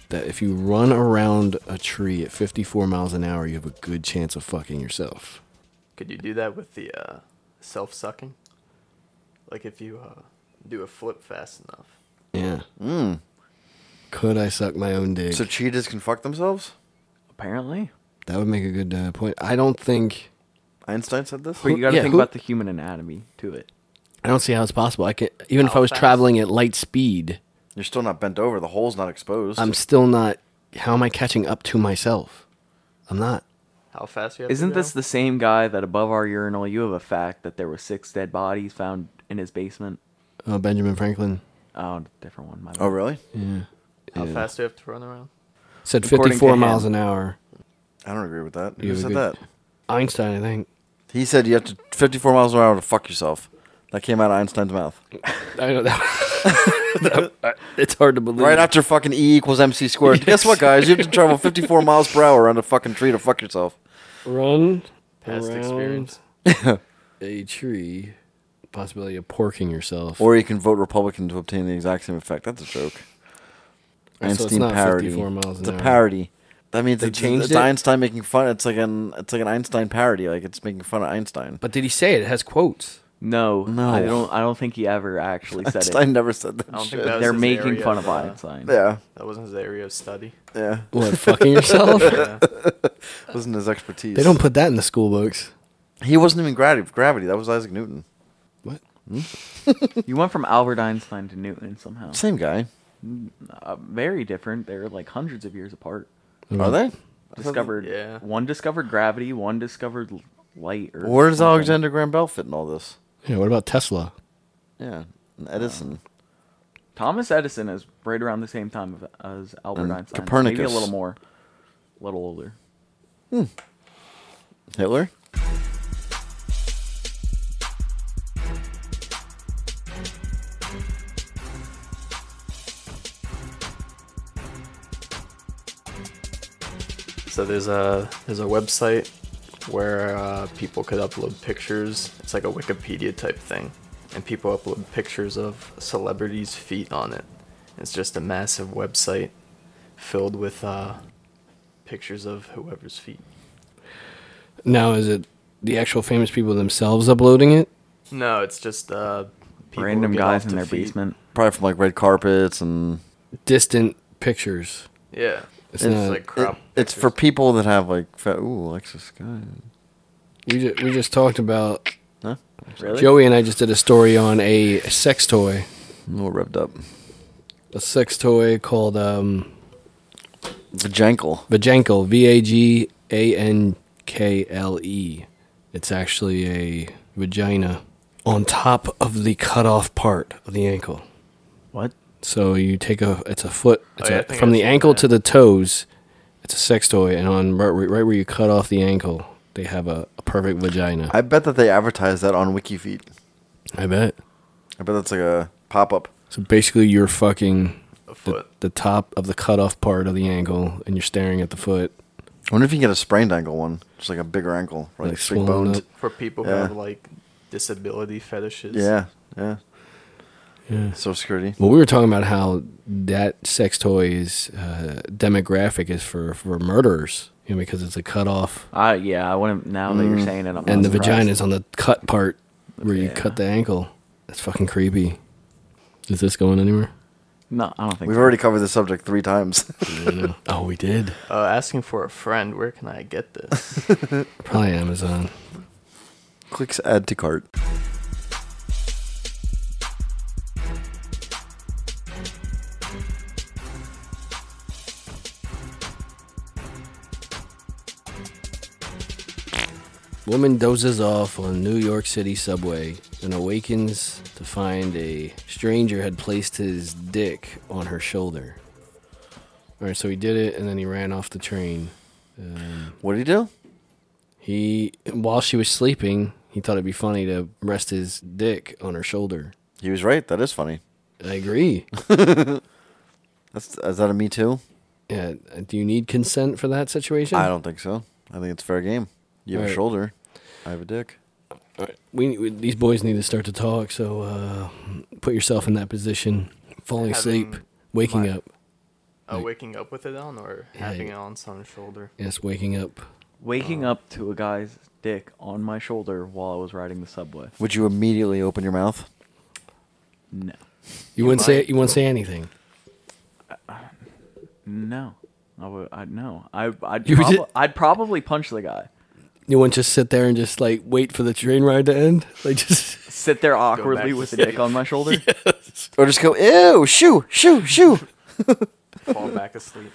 Speaker 1: that if you run around a tree at 54 miles an hour, you have a good chance of fucking yourself.
Speaker 3: Could you do that with the uh, self sucking? Like if you uh, do a flip fast enough.
Speaker 1: Yeah. Could I suck my own dick?
Speaker 2: So cheetahs can fuck themselves.
Speaker 4: Apparently.
Speaker 1: that would make a good uh, point. I don't think.
Speaker 2: Einstein said this.
Speaker 4: But you got to
Speaker 1: yeah,
Speaker 4: think
Speaker 1: who-
Speaker 4: about the human anatomy to it.
Speaker 1: I don't see how it's possible. I could, even if I
Speaker 3: How
Speaker 1: was
Speaker 3: fast?
Speaker 1: traveling at light speed,
Speaker 2: You're still not bent over. The hole's not exposed.
Speaker 1: I'm still not. How am I catching up to myself? I'm not.
Speaker 3: How fast you have
Speaker 4: Isn't
Speaker 3: to go?
Speaker 4: this the same guy that above our urinal you have a fact that there were six dead bodies found in his basement?
Speaker 1: Uh, Benjamin Franklin
Speaker 4: Oh, different one. My bad.
Speaker 2: oh really?
Speaker 3: How
Speaker 1: Yeah.
Speaker 3: fast do you have to run around?
Speaker 1: said
Speaker 4: According to
Speaker 1: 54
Speaker 4: him.
Speaker 1: miles an hour.
Speaker 2: I don't agree with that.
Speaker 1: You
Speaker 2: Who
Speaker 1: have a
Speaker 2: said
Speaker 1: good-
Speaker 2: that? *laughs*
Speaker 1: Einstein, I think.
Speaker 2: He said you have to 54 miles an hour to fuck yourself. That came out of Einstein's mouth
Speaker 1: I *laughs* know that. that- it's hard to believe.
Speaker 2: right after fucking E equals MC squared. *laughs* Guess what, guys? You have to travel 54 miles per hour around a fucking tree to fuck yourself.
Speaker 1: run
Speaker 3: Past
Speaker 1: around
Speaker 3: experience.
Speaker 1: a tree, possibility of porking yourself.
Speaker 2: Or you can vote Republican to obtain the exact same effect. That's a joke.
Speaker 1: it's
Speaker 2: Einstein
Speaker 1: not
Speaker 2: parody.
Speaker 1: 54 miles
Speaker 2: it's
Speaker 1: an
Speaker 2: a
Speaker 1: hour.
Speaker 2: parody. That means
Speaker 1: They
Speaker 2: it's,
Speaker 1: changed
Speaker 2: it's
Speaker 1: it?
Speaker 2: Einstein making fun. It's like an it's like an Einstein parody. Like it's making fun of Einstein.
Speaker 1: but did he say it? It has quotes.
Speaker 4: No,
Speaker 2: No.
Speaker 4: I don't. I don't think he ever actually said
Speaker 2: Einstein
Speaker 4: it.
Speaker 2: never said that.
Speaker 3: I don't
Speaker 2: shit.
Speaker 3: think that was
Speaker 4: They're
Speaker 3: his
Speaker 4: making
Speaker 3: area
Speaker 4: fun
Speaker 3: of,
Speaker 4: of
Speaker 3: uh,
Speaker 4: Einstein.
Speaker 2: yeah,
Speaker 3: That wasn't his area of study.
Speaker 2: yeah.
Speaker 1: What fucking yourself?
Speaker 3: Yeah.
Speaker 2: Wasn't his expertise.
Speaker 1: they don't put that in the school books.
Speaker 2: He wasn't even gravity. Gravity. That was Isaac Newton.
Speaker 1: What?
Speaker 4: You went from Albert Einstein to Newton somehow.
Speaker 2: Same guy.
Speaker 4: Uh, very different. They're like hundreds of years apart.
Speaker 2: Are they?
Speaker 4: Discovered.
Speaker 3: Yeah.
Speaker 4: One discovered gravity. One discovered l- light. Or
Speaker 2: Where does
Speaker 4: something.
Speaker 2: Alexander Graham Bell fit in all this?
Speaker 1: Yeah. What about Tesla?
Speaker 2: Yeah, and Edison.
Speaker 4: Thomas Edison is right around the same time of- as Albert
Speaker 2: And
Speaker 4: Einstein. Maybe a
Speaker 2: Copernicus.
Speaker 4: little more, a little older.
Speaker 2: Hitler.
Speaker 3: So there's a there's a website where uh, people could upload pictures. It's like a Wikipedia type thing, and people upload pictures of celebrities' feet on it. It's just a massive website filled with uh, pictures of whoever's feet.
Speaker 1: Now is it the actual famous people themselves uploading it?
Speaker 3: No, it's just uh, people who
Speaker 4: Random
Speaker 3: get
Speaker 4: guys
Speaker 3: off
Speaker 4: in
Speaker 3: to
Speaker 4: their
Speaker 3: feet.
Speaker 4: basement.
Speaker 2: Probably from like red carpets and.
Speaker 1: Distant pictures.
Speaker 3: Yeah, it's,
Speaker 1: not-
Speaker 3: like crop.
Speaker 2: It- it's for
Speaker 3: pictures.
Speaker 2: people that have like fat. Ooh, Alexis Sky.
Speaker 1: We just, we just talked about
Speaker 2: Huh?
Speaker 4: Really?
Speaker 1: Joey and I just did a story on a sex toy,
Speaker 2: I'm a little revved up.
Speaker 1: a sex toy called um,
Speaker 2: The Jankel.
Speaker 1: Vajankle, V A G A N K L E. It's actually a vagina on top of the cut off part of the ankle.
Speaker 4: What?
Speaker 1: So you take a, it's a foot, it's
Speaker 3: Oh, yeah, I
Speaker 1: a,
Speaker 3: think
Speaker 1: from
Speaker 3: I've
Speaker 1: the
Speaker 3: seen
Speaker 1: ankle
Speaker 3: that.
Speaker 1: to the toes, it's a sex toy, and on right, where- right where you cut off the ankle, They have a, a perfect vagina.
Speaker 2: I bet that they advertise that on WikiFeet.
Speaker 1: I bet.
Speaker 2: I bet that's like a pop up.
Speaker 1: So basically, you're fucking
Speaker 3: A
Speaker 1: the,
Speaker 3: foot.
Speaker 1: the top of the cutoff part of the ankle, and you're staring at the foot.
Speaker 2: I wonder if you can get a sprained ankle one, just like a bigger ankle, or
Speaker 1: Like
Speaker 2: like, big
Speaker 1: swollen
Speaker 2: bones.
Speaker 1: up.
Speaker 3: For people who
Speaker 2: Yeah.
Speaker 3: have like disability fetishes.
Speaker 2: Yeah, yeah.
Speaker 1: Yeah.
Speaker 2: Social Security.
Speaker 1: Well, we were talking about how that sex toy's uh, demographic is for for murderers, you know, because it's a cutoff,
Speaker 4: I yeah, I wouldn't. Now that
Speaker 2: Mm.
Speaker 4: you're saying it, I'm not
Speaker 1: and the
Speaker 4: surprised.
Speaker 1: vagina's on the cut part where you
Speaker 4: Yeah.
Speaker 1: cut the ankle. That's fucking creepy. Is this going *laughs* anywhere?
Speaker 4: No, I don't think
Speaker 2: We've
Speaker 4: so.
Speaker 2: already covered this subject three times.
Speaker 1: oh, we did.
Speaker 3: Uh, asking for a friend, where can I get this?
Speaker 1: Probably Amazon.
Speaker 2: Clicks add to cart.
Speaker 1: Woman dozes off on New York City subway and awakens to find a stranger had placed his dick on her shoulder. All right, so he did it, and then he ran off the train. Um,
Speaker 2: What do you do?
Speaker 1: He, while she was sleeping, he thought it'd be funny to rest his dick on her shoulder.
Speaker 2: He was right. That is funny.
Speaker 1: I agree.
Speaker 2: That's is that a me too?
Speaker 1: yeah, do you need consent for that situation?
Speaker 2: I don't think so. I think it's fair game. You have
Speaker 1: Right.
Speaker 2: a shoulder. I have a dick.
Speaker 1: We, we these boys need to start to talk. So uh, put yourself in that position, falling asleep,
Speaker 3: Having
Speaker 1: waking
Speaker 3: my-
Speaker 1: up.
Speaker 3: Uh, waking up with it on or having it on someone's shoulder?
Speaker 1: Yes, waking up.
Speaker 4: waking up to a guy's dick on my shoulder while I was riding the subway.
Speaker 2: Would you immediately open your mouth?
Speaker 4: No,
Speaker 1: You, wouldn't say
Speaker 3: might.
Speaker 1: you wouldn't say anything.
Speaker 4: no, I would. I no. I I'd,
Speaker 1: You
Speaker 4: prob-
Speaker 1: did-
Speaker 4: I'd probably punch the guy.
Speaker 1: You wouldn't just sit there and just like wait for the train ride to end. Like *laughs* just
Speaker 4: Sit there awkwardly
Speaker 3: to
Speaker 4: with a
Speaker 3: sleep.
Speaker 4: dick on my shoulder.
Speaker 2: Or just go, ew, shoo, shoo, *laughs* shoo.
Speaker 3: Fall back asleep.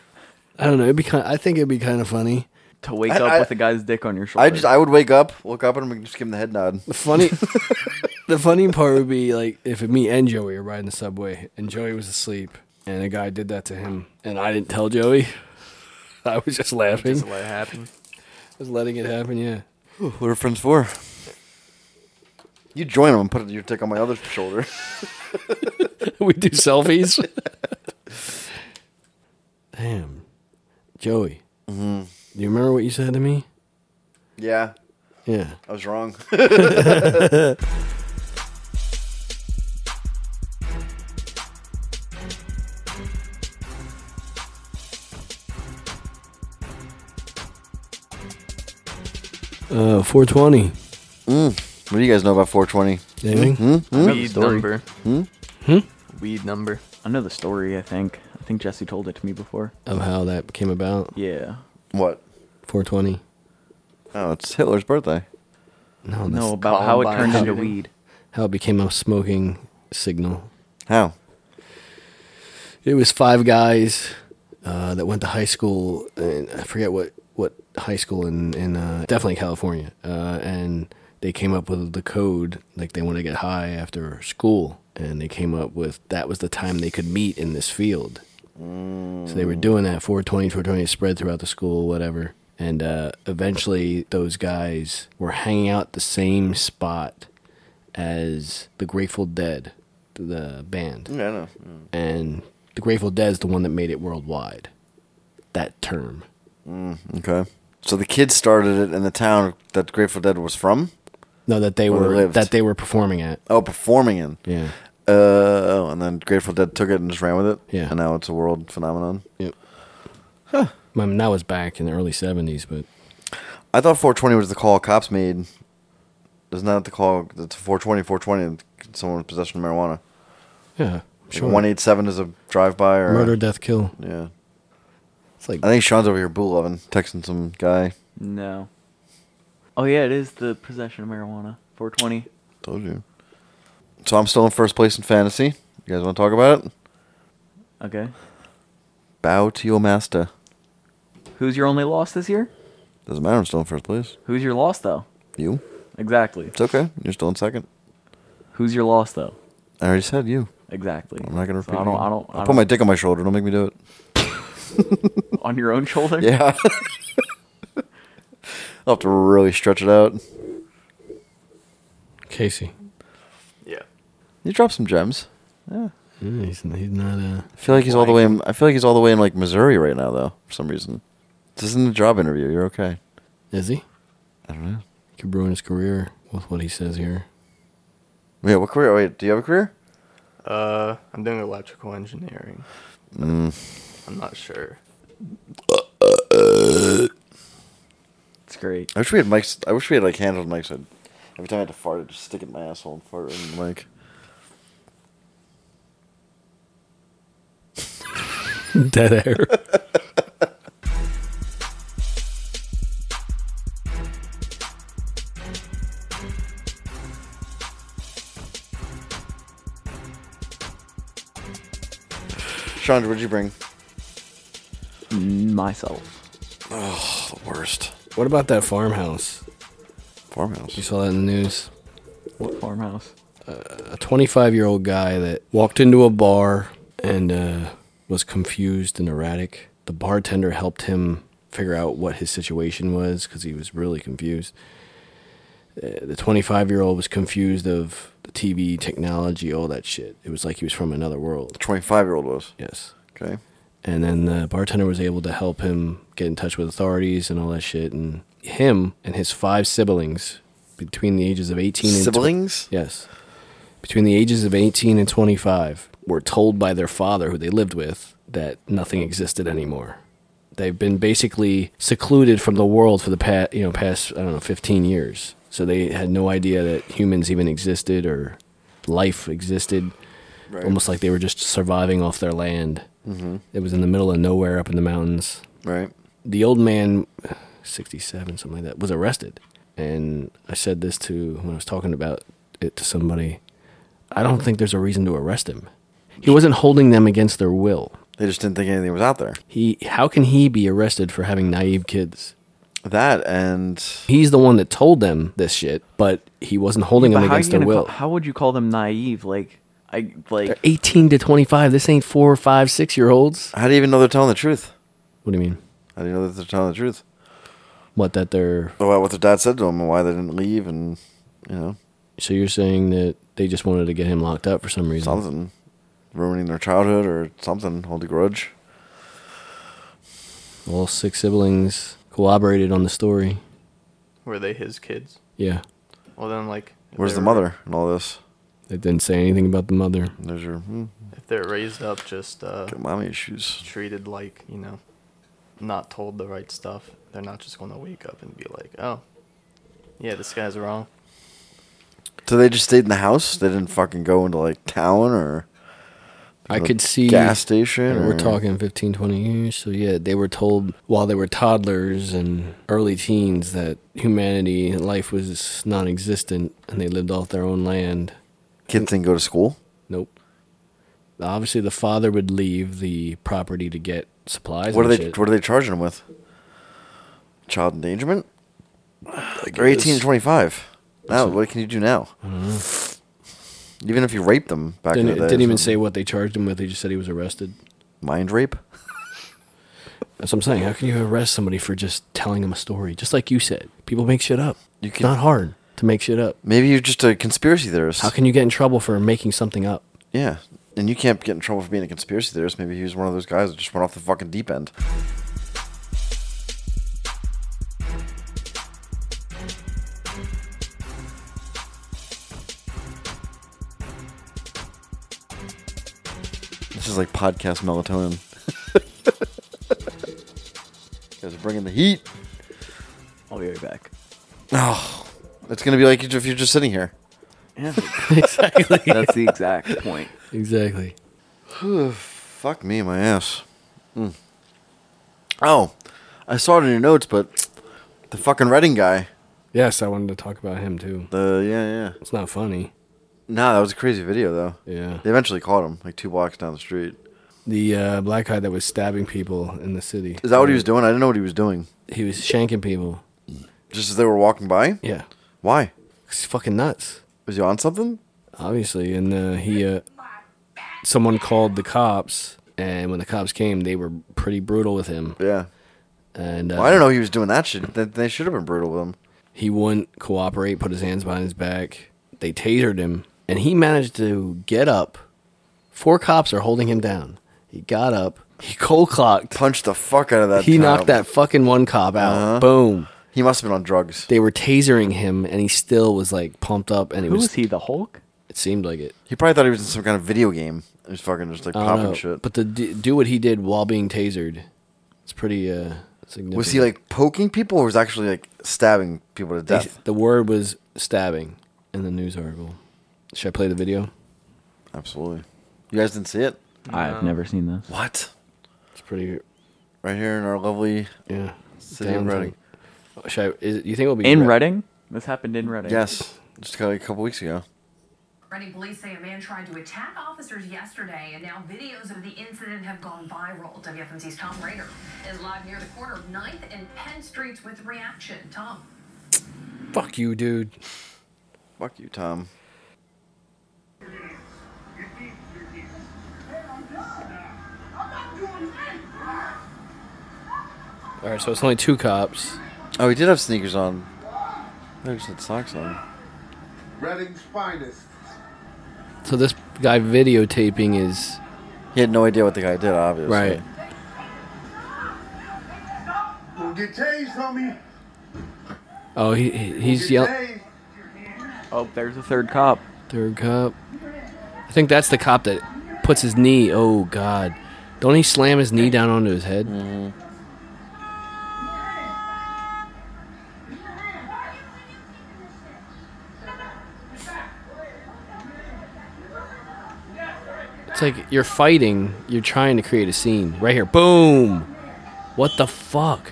Speaker 1: I don't know. It'd be kind. I think it'd be kind of funny.
Speaker 4: To wake
Speaker 2: I-
Speaker 4: up
Speaker 2: I-
Speaker 4: with a guy's dick on your shoulder.
Speaker 2: I just I would wake up, look up, and just give him the head nod.
Speaker 1: The
Speaker 2: *laughs*
Speaker 1: funny, the funny part would be like if me and Joey were riding the subway and Joey was asleep and a guy did that to him and I didn't tell Joey. *laughs* I was just laughing,
Speaker 3: Just
Speaker 1: just,
Speaker 3: let it happen.
Speaker 1: letting it happen. Yeah,
Speaker 2: What are friends for? You join them and put your dick on my other shoulder.
Speaker 1: *laughs* we do *laughs* selfies. Damn, Joey, do you remember what you said to me?
Speaker 2: *laughs* yeah,
Speaker 1: Yeah.
Speaker 2: I was wrong.
Speaker 1: Uh, 420.
Speaker 2: What do you guys know about 420?
Speaker 1: Anything?
Speaker 3: Weed
Speaker 4: story.
Speaker 3: number. Hmm? Weed number.
Speaker 4: I know the story. I think. I think Jesse told it to me before.
Speaker 1: Of how that came about.
Speaker 4: Yeah.
Speaker 2: What?
Speaker 1: 420.
Speaker 2: Oh, it's Hitler's birthday.
Speaker 1: No, that's
Speaker 4: No, about how it
Speaker 3: Columbine
Speaker 4: turned into
Speaker 3: shooting.
Speaker 4: weed.
Speaker 1: how it became a smoking signal.
Speaker 2: How?
Speaker 1: It was five guys uh, that went to high school, and I forget what, what high school in in uh, definitely California, uh, and they came up with the code like they wanted to get high after school, and they came up with that was the time they could meet in this field. So they were doing that 420, 420 spread throughout the school, whatever. And uh, eventually, those guys were hanging out the same spot as the Grateful Dead, the band
Speaker 2: Yeah, I know.
Speaker 1: and the Grateful Dead is the one that made it worldwide. That term,
Speaker 2: Okay. So the kids started it in the town that Grateful Dead was from.
Speaker 1: no, that they
Speaker 2: Where they
Speaker 1: were
Speaker 2: lived.
Speaker 1: that they were performing at.
Speaker 2: Oh, performing in.
Speaker 1: Yeah,
Speaker 2: Uh, oh, and then Grateful Dead took it and just ran with it.
Speaker 1: Yeah.
Speaker 2: And now it's a world phenomenon.
Speaker 1: yep. I mean, that was back in the early '70s, but
Speaker 2: I thought 420 was the call cops made. Isn't that the call? It's 420, 420, and someone with possession of marijuana.
Speaker 1: yeah,
Speaker 2: Like
Speaker 1: sure.
Speaker 2: 187 is a drive-by or... a-
Speaker 1: Murder, death, kill. Uh,
Speaker 2: Yeah.
Speaker 1: It's like
Speaker 2: I think Sean's over here bull loving, texting some guy.
Speaker 4: No. Oh yeah, it is the possession of marijuana. 420.
Speaker 2: Told you. So I'm still in first place in fantasy. You guys want to talk about it?
Speaker 4: Okay.
Speaker 2: Bow to your master.
Speaker 4: Who's your only loss this year?
Speaker 2: Doesn't matter. I'm still in first place.
Speaker 4: Who's your loss though?
Speaker 2: You.
Speaker 4: Exactly.
Speaker 2: It's okay. You're still in second.
Speaker 4: Who's your loss though?
Speaker 2: I already said you.
Speaker 4: Exactly.
Speaker 2: I'm not gonna
Speaker 4: So
Speaker 2: repeat.
Speaker 4: I don't.
Speaker 2: you.
Speaker 4: I don't. I
Speaker 2: I'll
Speaker 4: don't
Speaker 2: put my dick on my shoulder. Don't make me do it. *laughs*
Speaker 4: on your own shoulder.
Speaker 2: Yeah. I'll have to really stretch it out.
Speaker 1: Casey.
Speaker 3: Yeah.
Speaker 2: You dropped some gems. Yeah.
Speaker 1: Mm, he's, he's not uh
Speaker 2: I feel like he's all the way. In, I feel like he's all the way in like Missouri right now, though. For some reason, this isn't a job interview. You're okay.
Speaker 1: is he?
Speaker 2: I don't know.
Speaker 1: Could ruin his career with what he says here.
Speaker 2: Yeah, what career? Wait, do you have a career?
Speaker 3: Uh, I'm doing electrical engineering. I'm not sure.
Speaker 4: It's great.
Speaker 2: I wish we had mics. I wish we had like handled mics. I'd, every time I had to fart, I'd just stick it in my asshole and fart right in the mic.
Speaker 1: *laughs* Dead air.
Speaker 2: Chandra, what'd you bring?
Speaker 4: Myself.
Speaker 2: The worst
Speaker 1: what about that farmhouse?
Speaker 2: farmhouse.
Speaker 1: You saw that in the news.
Speaker 4: What farmhouse?
Speaker 1: A 25 year old guy that walked into a bar and uh, was confused and erratic. The bartender helped him figure out what his situation was because he was really confused. Uh, the 25 year old was confused of the TV, technology, all that shit. It was like he was from another world.
Speaker 2: Twenty-five year old was
Speaker 1: Yes.
Speaker 2: okay.
Speaker 1: And then the bartender was able to help him get in touch with authorities and all that shit. And him and his five siblings between the ages of 18 and tw-
Speaker 2: Siblings.
Speaker 1: Yes. Between the ages of 18 and 25 were told by their father, who they lived with, that nothing existed anymore. They've been basically secluded from the world for the past, you know, past, I don't know, 15 years. So they had no idea that humans even existed or life existed.
Speaker 2: Right.
Speaker 1: Almost like they were just surviving off their land. Mm-hmm. It was in the middle of nowhere up in the mountains
Speaker 2: Right.
Speaker 1: the old man, 67, something like that, was arrested. And I said this to when I was talking about it to somebody. I don't think there's a reason to arrest him. He wasn't holding them against their will.
Speaker 2: They just didn't think anything was out there.
Speaker 1: He, how can he be arrested for having naive kids?
Speaker 2: That and
Speaker 1: He's the one that told them this shit, but he wasn't holding
Speaker 4: But
Speaker 1: them
Speaker 4: how, are you
Speaker 1: against their
Speaker 4: gonna
Speaker 1: will.
Speaker 4: call, how would you call them naive? Like, I
Speaker 1: They're
Speaker 4: like
Speaker 1: 18 to 25. This ain't four, five, six year olds.
Speaker 2: how do you even know they're telling the truth?
Speaker 1: What do you mean?
Speaker 2: How do you know that they're telling the truth?
Speaker 1: What that they're?
Speaker 2: Well, what their dad said to them and why they didn't leave and you know
Speaker 1: So you're saying that they just wanted to get him locked up for some reason?
Speaker 2: something ruining their childhood or something hold a grudge.
Speaker 1: All six siblings cooperated on the story.
Speaker 3: Were they his kids?
Speaker 1: Yeah.
Speaker 3: Well, then, like, if
Speaker 2: Where's the
Speaker 3: they're-
Speaker 2: mother and all this?
Speaker 1: They didn't say anything about the mother.
Speaker 2: And There's your hmm,
Speaker 3: If they're raised up, just uh,
Speaker 2: got mommy issues.
Speaker 3: treated like you know, not told the right stuff, they're not just gonna wake up and be like, oh, yeah, this guy's wrong.
Speaker 2: So they just stayed in the house. They didn't fucking go into like town or
Speaker 1: I could see
Speaker 2: gas station.
Speaker 1: and We're
Speaker 2: or-
Speaker 1: talking 15, 20 years. So yeah, they were told while they were toddlers and early teens that humanity and life was non-existent, and they lived off their own land.
Speaker 2: Kids didn't go to school.
Speaker 1: Nope. Obviously, the father would leave the property to get supplies.
Speaker 2: What are
Speaker 1: and
Speaker 2: they?
Speaker 1: shit.
Speaker 2: What are they charging them with? Child endangerment. They're eighteen to twenty-five. Now, what can you do now? Even if you raped them back
Speaker 1: Didn't,
Speaker 2: in
Speaker 1: it
Speaker 2: the day,
Speaker 1: didn't even
Speaker 2: so-
Speaker 1: say what they charged him with. They just said he was arrested.
Speaker 2: mind rape.
Speaker 1: That's what I'm saying. How can you arrest somebody for just telling them a story? Just like you said, people make shit up.
Speaker 2: You
Speaker 1: it's
Speaker 2: can-
Speaker 1: not hard to make shit up.
Speaker 2: Maybe you're just a conspiracy theorist.
Speaker 1: How can you get in trouble for making something up?
Speaker 2: Yeah, and you can't get in trouble for being a conspiracy theorist. Maybe he was one of those guys that just went off the fucking deep end. This is like podcast melatonin. *laughs* guys are bringing the heat. *sighs*
Speaker 4: I'll be right back.
Speaker 2: Oh, it's gonna be like if you're just sitting here.
Speaker 4: *laughs* Yeah,
Speaker 1: exactly.
Speaker 4: that's the exact point.
Speaker 1: Exactly.
Speaker 2: Fuck me, my ass. Mm. Oh, I saw it in your notes, but the fucking Redding guy.
Speaker 1: Yes, I wanted to talk about him too.
Speaker 2: The yeah, yeah.
Speaker 1: It's not funny.
Speaker 2: Nah, that was a crazy video though.
Speaker 1: Yeah.
Speaker 2: They eventually caught him, like two blocks down the street.
Speaker 1: The uh, black guy that was stabbing people in the city.
Speaker 2: Is that what he was doing? I didn't know what he was doing.
Speaker 1: He was shanking people.
Speaker 2: Just as they were walking by.
Speaker 1: Yeah.
Speaker 2: Why?
Speaker 1: He's fucking nuts.
Speaker 2: Was he on something?
Speaker 1: Obviously, and uh, he, uh, someone called the cops, and when the cops came, they were pretty brutal with him.
Speaker 2: Yeah.
Speaker 1: And uh,
Speaker 2: Well, I don't know he was doing that shit. They, they should have been brutal with him.
Speaker 1: He wouldn't cooperate, put his hands behind his back. They tasered him, and he managed to get up. Four cops are holding him down. He got up. He cold clocked.
Speaker 2: Punched the fuck out of that.
Speaker 1: He
Speaker 2: cop.
Speaker 1: knocked that fucking one cop out.
Speaker 2: Uh-huh.
Speaker 1: Boom.
Speaker 2: He must have been on drugs.
Speaker 1: They were tasering him, and he still was like pumped up, and it
Speaker 4: *laughs* Who
Speaker 1: was.
Speaker 4: is he? The Hulk?
Speaker 1: It seemed like it.
Speaker 2: He probably thought he was in some kind of video game. He was fucking just like
Speaker 1: I don't
Speaker 2: popping
Speaker 1: know,
Speaker 2: shit.
Speaker 1: But to d- do what he did while being tasered, it's pretty uh, significant.
Speaker 2: was he like poking people or was actually like stabbing people to
Speaker 1: They-
Speaker 2: death?
Speaker 1: the word was stabbing in the news article. Should I play the video?
Speaker 2: Absolutely. You guys didn't see it?
Speaker 4: I've never seen this.
Speaker 2: What?
Speaker 1: It's pretty.
Speaker 2: Right here in our lovely
Speaker 1: Yeah.
Speaker 2: city of
Speaker 1: Downtown.
Speaker 2: Reading.
Speaker 1: Should I, is, it- you think it'll be
Speaker 4: In
Speaker 1: Re-
Speaker 4: Reading? This happened in Reading.
Speaker 2: Yes, just got like a couple weeks ago.
Speaker 5: Reading police say a man tried to attack officers yesterday, and now videos of the incident have gone viral. WFMC's Tom Rader is live near the corner of 9th and Penn Streets with reaction. Tom.
Speaker 1: Fuck you, dude.
Speaker 2: Fuck you, Tom.
Speaker 1: All right, so it's only two cops.
Speaker 2: Oh, he did have sneakers on. I just had socks on.
Speaker 6: Reading's finest.
Speaker 1: So this guy videotaping is
Speaker 2: He had no idea what the guy did, obviously.
Speaker 1: right.
Speaker 6: Don't get tased, homie.
Speaker 1: Oh, he he- he's
Speaker 6: Get
Speaker 1: yelling.
Speaker 6: tased.
Speaker 4: Oh, there's a third cop.
Speaker 1: Third cop. I think that's the cop that puts his knee. Oh God, don't he slam his knee down onto his head? It's like you're fighting. You're trying to create a scene right here. Boom! What the fuck?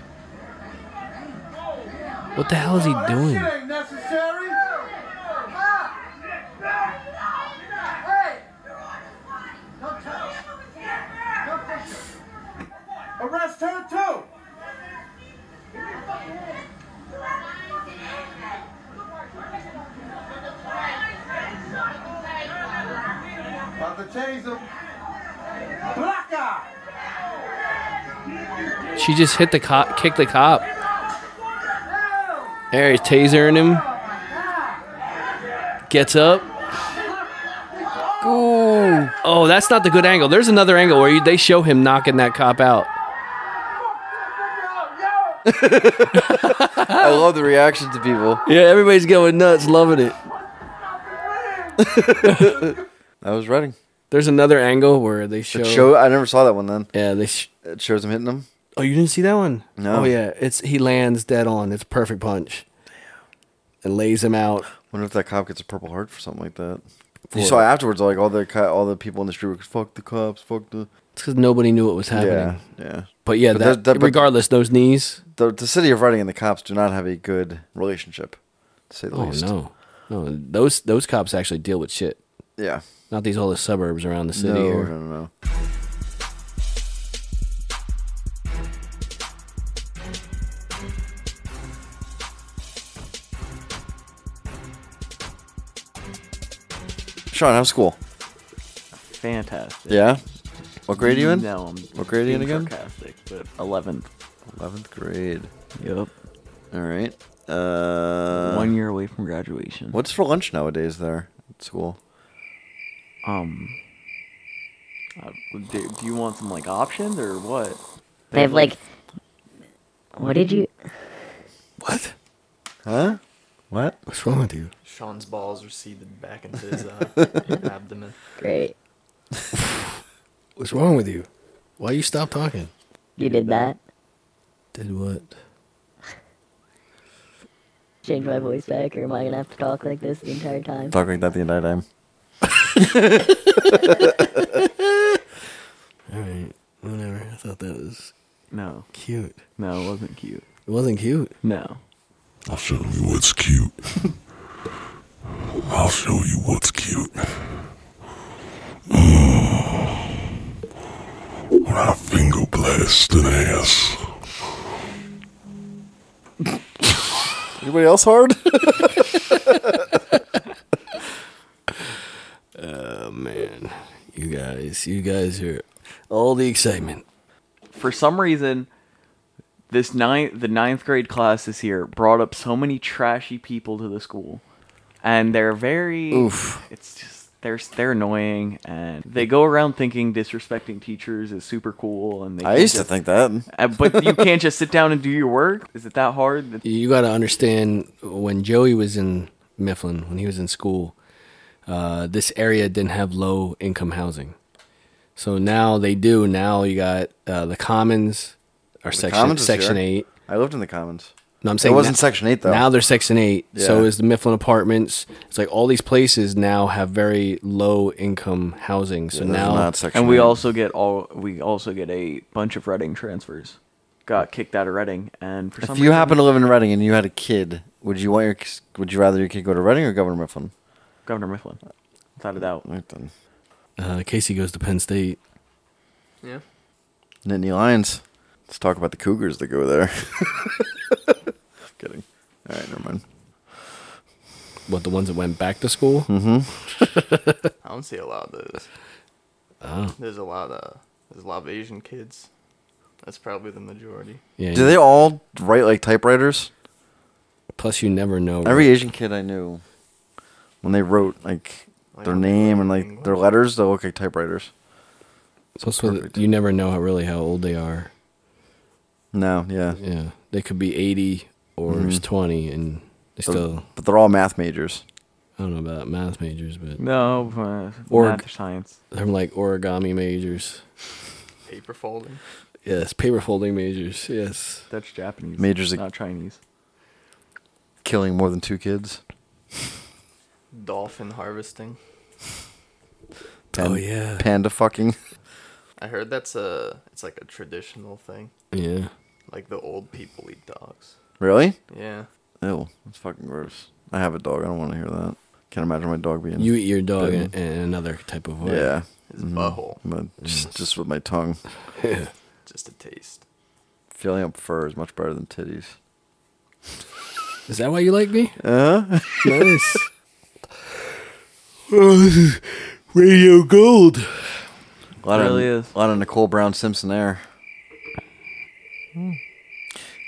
Speaker 1: What the hell is he doing?
Speaker 6: Oh, Shit ain't necessary. Arrest her too. About to tase him. Black eye.
Speaker 1: She just hit the cop, kicked the cop. There, he's tasering him. Gets up. Ooh. Oh, that's not the good angle. There's another angle where you, they show him knocking that cop out.
Speaker 2: I love the reaction to people.
Speaker 1: Yeah, everybody's going nuts, loving it.
Speaker 2: That was Reading.
Speaker 1: There's another angle where they show.
Speaker 2: It show I never saw that one then.
Speaker 1: yeah, they. Sh-
Speaker 2: It shows him hitting him.
Speaker 1: oh, you didn't see that one?
Speaker 2: No.
Speaker 1: Oh yeah, it's he lands dead on. It's a perfect punch. And lays him out.
Speaker 2: Wonder if that cop gets a purple heart for something like that. you
Speaker 1: For-
Speaker 2: saw afterwards, like all the co- all the people in the street were fuck the cops, fuck the
Speaker 1: It's because nobody knew what was happening.
Speaker 2: yeah, yeah.
Speaker 1: But yeah,
Speaker 2: But
Speaker 1: that,
Speaker 2: that- that- but-
Speaker 1: regardless, those knees.
Speaker 2: The, the city of Reading and the cops do not have a good relationship, to say the
Speaker 1: Oh
Speaker 2: least.
Speaker 1: no, no. Those those cops actually deal with shit.
Speaker 2: Yeah,
Speaker 1: Not these all the suburbs around the city.
Speaker 2: no,
Speaker 1: or-
Speaker 2: no, no, no. Sean, how's school?
Speaker 4: Fantastic.
Speaker 2: Yeah. What grade are you in?
Speaker 4: No, I'm
Speaker 2: What grade are you in
Speaker 4: being
Speaker 2: again?
Speaker 4: sarcastic, but 11th.
Speaker 2: Eleventh grade.
Speaker 4: Yep.
Speaker 2: All right. Uh,
Speaker 4: One year away from graduation.
Speaker 2: What's for lunch nowadays there at school?
Speaker 4: Um. uh, do, do you want some like options or what?
Speaker 7: They have like. What did you?
Speaker 1: What?
Speaker 2: Huh? What?
Speaker 1: What's wrong with you?
Speaker 3: Sean's balls receded back into his uh, abdomen.
Speaker 7: Great.
Speaker 1: *laughs* What's wrong with you? Why you stop talking?
Speaker 7: You did that.
Speaker 1: Did what?
Speaker 7: Change my voice back, or am I gonna have to talk like this the entire time?
Speaker 2: Talk like that the entire time.
Speaker 1: All right, whatever. I thought that was
Speaker 4: No,
Speaker 1: cute.
Speaker 4: no, it wasn't cute.
Speaker 1: It wasn't cute.
Speaker 4: No.
Speaker 8: I'll show you what's cute. I'll show you what's cute. Mm. When I finger blast an ass.
Speaker 2: Anybody else hard?
Speaker 1: Oh man, you guys, you guys are all the excitement.
Speaker 4: For some reason, This ninth, the ninth grade class this year brought up so many trashy people to the school, and they're very.
Speaker 2: Oof.
Speaker 4: It's just they're they're annoying, and they go around thinking disrespecting teachers is super cool, and
Speaker 2: *laughs*
Speaker 4: they
Speaker 2: I
Speaker 4: think
Speaker 2: used to
Speaker 4: that's-
Speaker 2: think that.
Speaker 4: Uh, but you can't just sit down and do your work. Is it that
Speaker 2: *laughs*
Speaker 4: hard? That-
Speaker 1: you got to understand when Joey was in Mifflin, when he was in school, uh, this area didn't have low income housing. So now they do. Now you got uh, the Commons or Section
Speaker 2: Commons is
Speaker 1: Section
Speaker 2: here.
Speaker 1: Eight.
Speaker 2: I lived in the Commons.
Speaker 1: No, I'm saying
Speaker 2: wasn't
Speaker 1: now-
Speaker 2: Section 8 though.
Speaker 1: Now they're Section Eight. So
Speaker 2: Yeah.
Speaker 1: is the Mifflin Apartments. It's like all these places now have very low income housing. So
Speaker 2: There's
Speaker 1: now
Speaker 2: not Section
Speaker 4: and we
Speaker 2: 8.
Speaker 4: also get all we also get a bunch of Reading transfers. Got kicked out of Reading, and for some
Speaker 2: If you
Speaker 4: reason,
Speaker 2: happen to live in Reading and you had a kid, would you want your would you rather your kid go to Reading or Governor Mifflin?
Speaker 4: Governor Mifflin, without a doubt.
Speaker 2: Right then.
Speaker 1: uh, Casey goes to Penn State.
Speaker 3: Yeah.
Speaker 2: Nittany Lions. Let's talk about the Cougars that go there. *laughs* Kidding. All right, never mind.
Speaker 1: What the ones that went back to school?
Speaker 2: Mm-hmm.
Speaker 3: I don't see a lot of those.
Speaker 1: Oh.
Speaker 3: There's a lot of there's a lot of Asian kids. That's probably the majority.
Speaker 1: Yeah.
Speaker 2: Do they all write like typewriters?
Speaker 1: Plus, you never know.
Speaker 2: Every Asian kid I knew, when they wrote like
Speaker 3: Like,
Speaker 2: their
Speaker 3: how they
Speaker 2: name and
Speaker 3: wrote in
Speaker 2: like
Speaker 3: English.
Speaker 2: their letters, they look like typewriters.
Speaker 1: It's also that
Speaker 2: perfect.
Speaker 1: you never know how really how old they are.
Speaker 2: No, yeah.
Speaker 1: Yeah, they could be eighty or
Speaker 2: Mm-hmm.
Speaker 1: it's twenty, and they still.
Speaker 2: But they're all math majors.
Speaker 1: I don't know about math majors, but
Speaker 4: No, uh,
Speaker 1: Or-
Speaker 4: math or science.
Speaker 1: they're like origami majors.
Speaker 3: Paper folding.
Speaker 1: Yes, paper folding majors. Yes,
Speaker 4: That's Japanese.
Speaker 2: Majors ag-
Speaker 4: not Chinese.
Speaker 2: Killing more than two kids.
Speaker 3: Dolphin harvesting.
Speaker 1: Oh, yeah.
Speaker 2: Panda fucking. *laughs*
Speaker 3: I heard that's a it's like a traditional thing.
Speaker 1: yeah.
Speaker 3: Like the old people eat dogs.
Speaker 2: Really?
Speaker 3: Yeah.
Speaker 2: Ew, that's fucking gross. I have a dog. I don't want to hear that. Can't imagine my dog being.
Speaker 1: You eat your dog in,
Speaker 2: Bitten.
Speaker 1: in another type of way.
Speaker 2: *laughs* yeah,
Speaker 3: His
Speaker 1: Mm-hmm.
Speaker 3: butthole.
Speaker 2: but just, just with my tongue.
Speaker 3: Just a taste.
Speaker 2: Feeling up fur is much better than titties.
Speaker 1: Is that why you like me? Uh-huh.
Speaker 2: Uh,
Speaker 1: *laughs* nice. Oh, this is Radio gold.
Speaker 2: a lot
Speaker 4: Really
Speaker 2: of
Speaker 4: is.
Speaker 2: a lot of Nicole Brown Simpson there.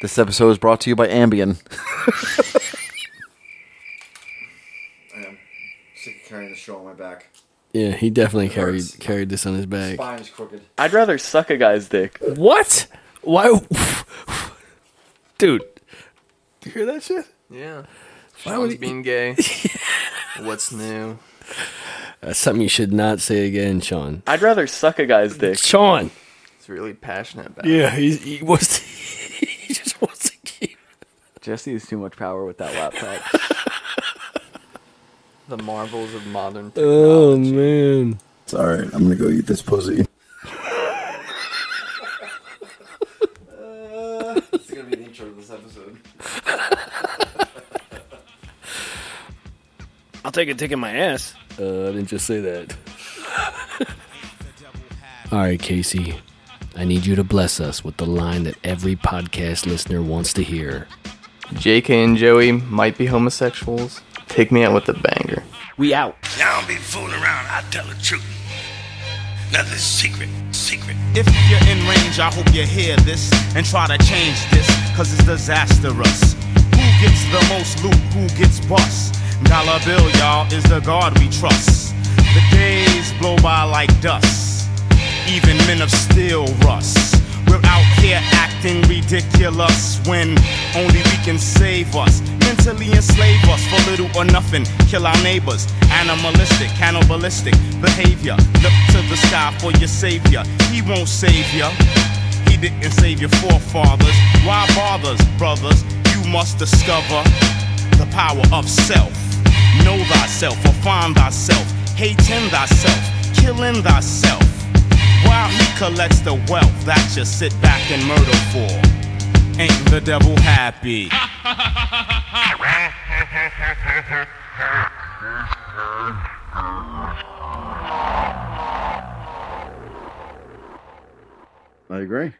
Speaker 2: This episode is brought to you by Ambien. *laughs* I am sick of carrying the show on my back.
Speaker 1: Yeah, he definitely carried
Speaker 2: hurts.
Speaker 1: carried this on his back.
Speaker 2: is crooked.
Speaker 4: I'd rather suck a guy's dick.
Speaker 1: What? Why, dude? You hear that shit?
Speaker 3: Yeah.
Speaker 1: Why would
Speaker 3: Sean's
Speaker 1: he- *laughs*
Speaker 3: being gay. What's new?
Speaker 1: That's something you should not say again, Sean.
Speaker 4: I'd rather suck a guy's dick.
Speaker 1: Sean.
Speaker 3: He's really passionate about it.
Speaker 1: Yeah, he, he wants. To, *laughs* he just wants to keep.
Speaker 4: Jesse has too much power with that *laughs* laptop.
Speaker 3: The marvels of modern
Speaker 1: Oh
Speaker 3: technology.
Speaker 1: man.
Speaker 8: It's alright, I'm gonna go eat this pussy.
Speaker 2: It's gonna be the intro of this episode.
Speaker 1: I'll take a dick in my ass. Uh, I didn't just say that. *laughs* All right, Casey. I need you to bless us with the line that every podcast listener wants to hear.
Speaker 3: JK and Joey might be homosexuals. Take me out with a banger.
Speaker 1: We out.
Speaker 9: I don't be fooling around. I tell the truth. Nothing's secret. Secret.
Speaker 10: If you're in range, I hope you hear this and try to change this, cause it's disastrous. Who gets the most loot? Who gets bust? Dollar bill, y'all, is the God we trust. The days blow by like dust. Even men of steel rust. We're out here acting ridiculous when only we can save us. Mentally enslave us for little or nothing. Kill our neighbors. Animalistic, cannibalistic behavior. Look to the sky for your savior. He won't save *laughs* ya. He didn't save your forefathers. Why bothers, brothers? You must discover the power of self. Know thyself or find thyself, hating thyself, killing thyself. While he collects the wealth that you sit back and murder for. Ain't the devil happy?
Speaker 2: I agree.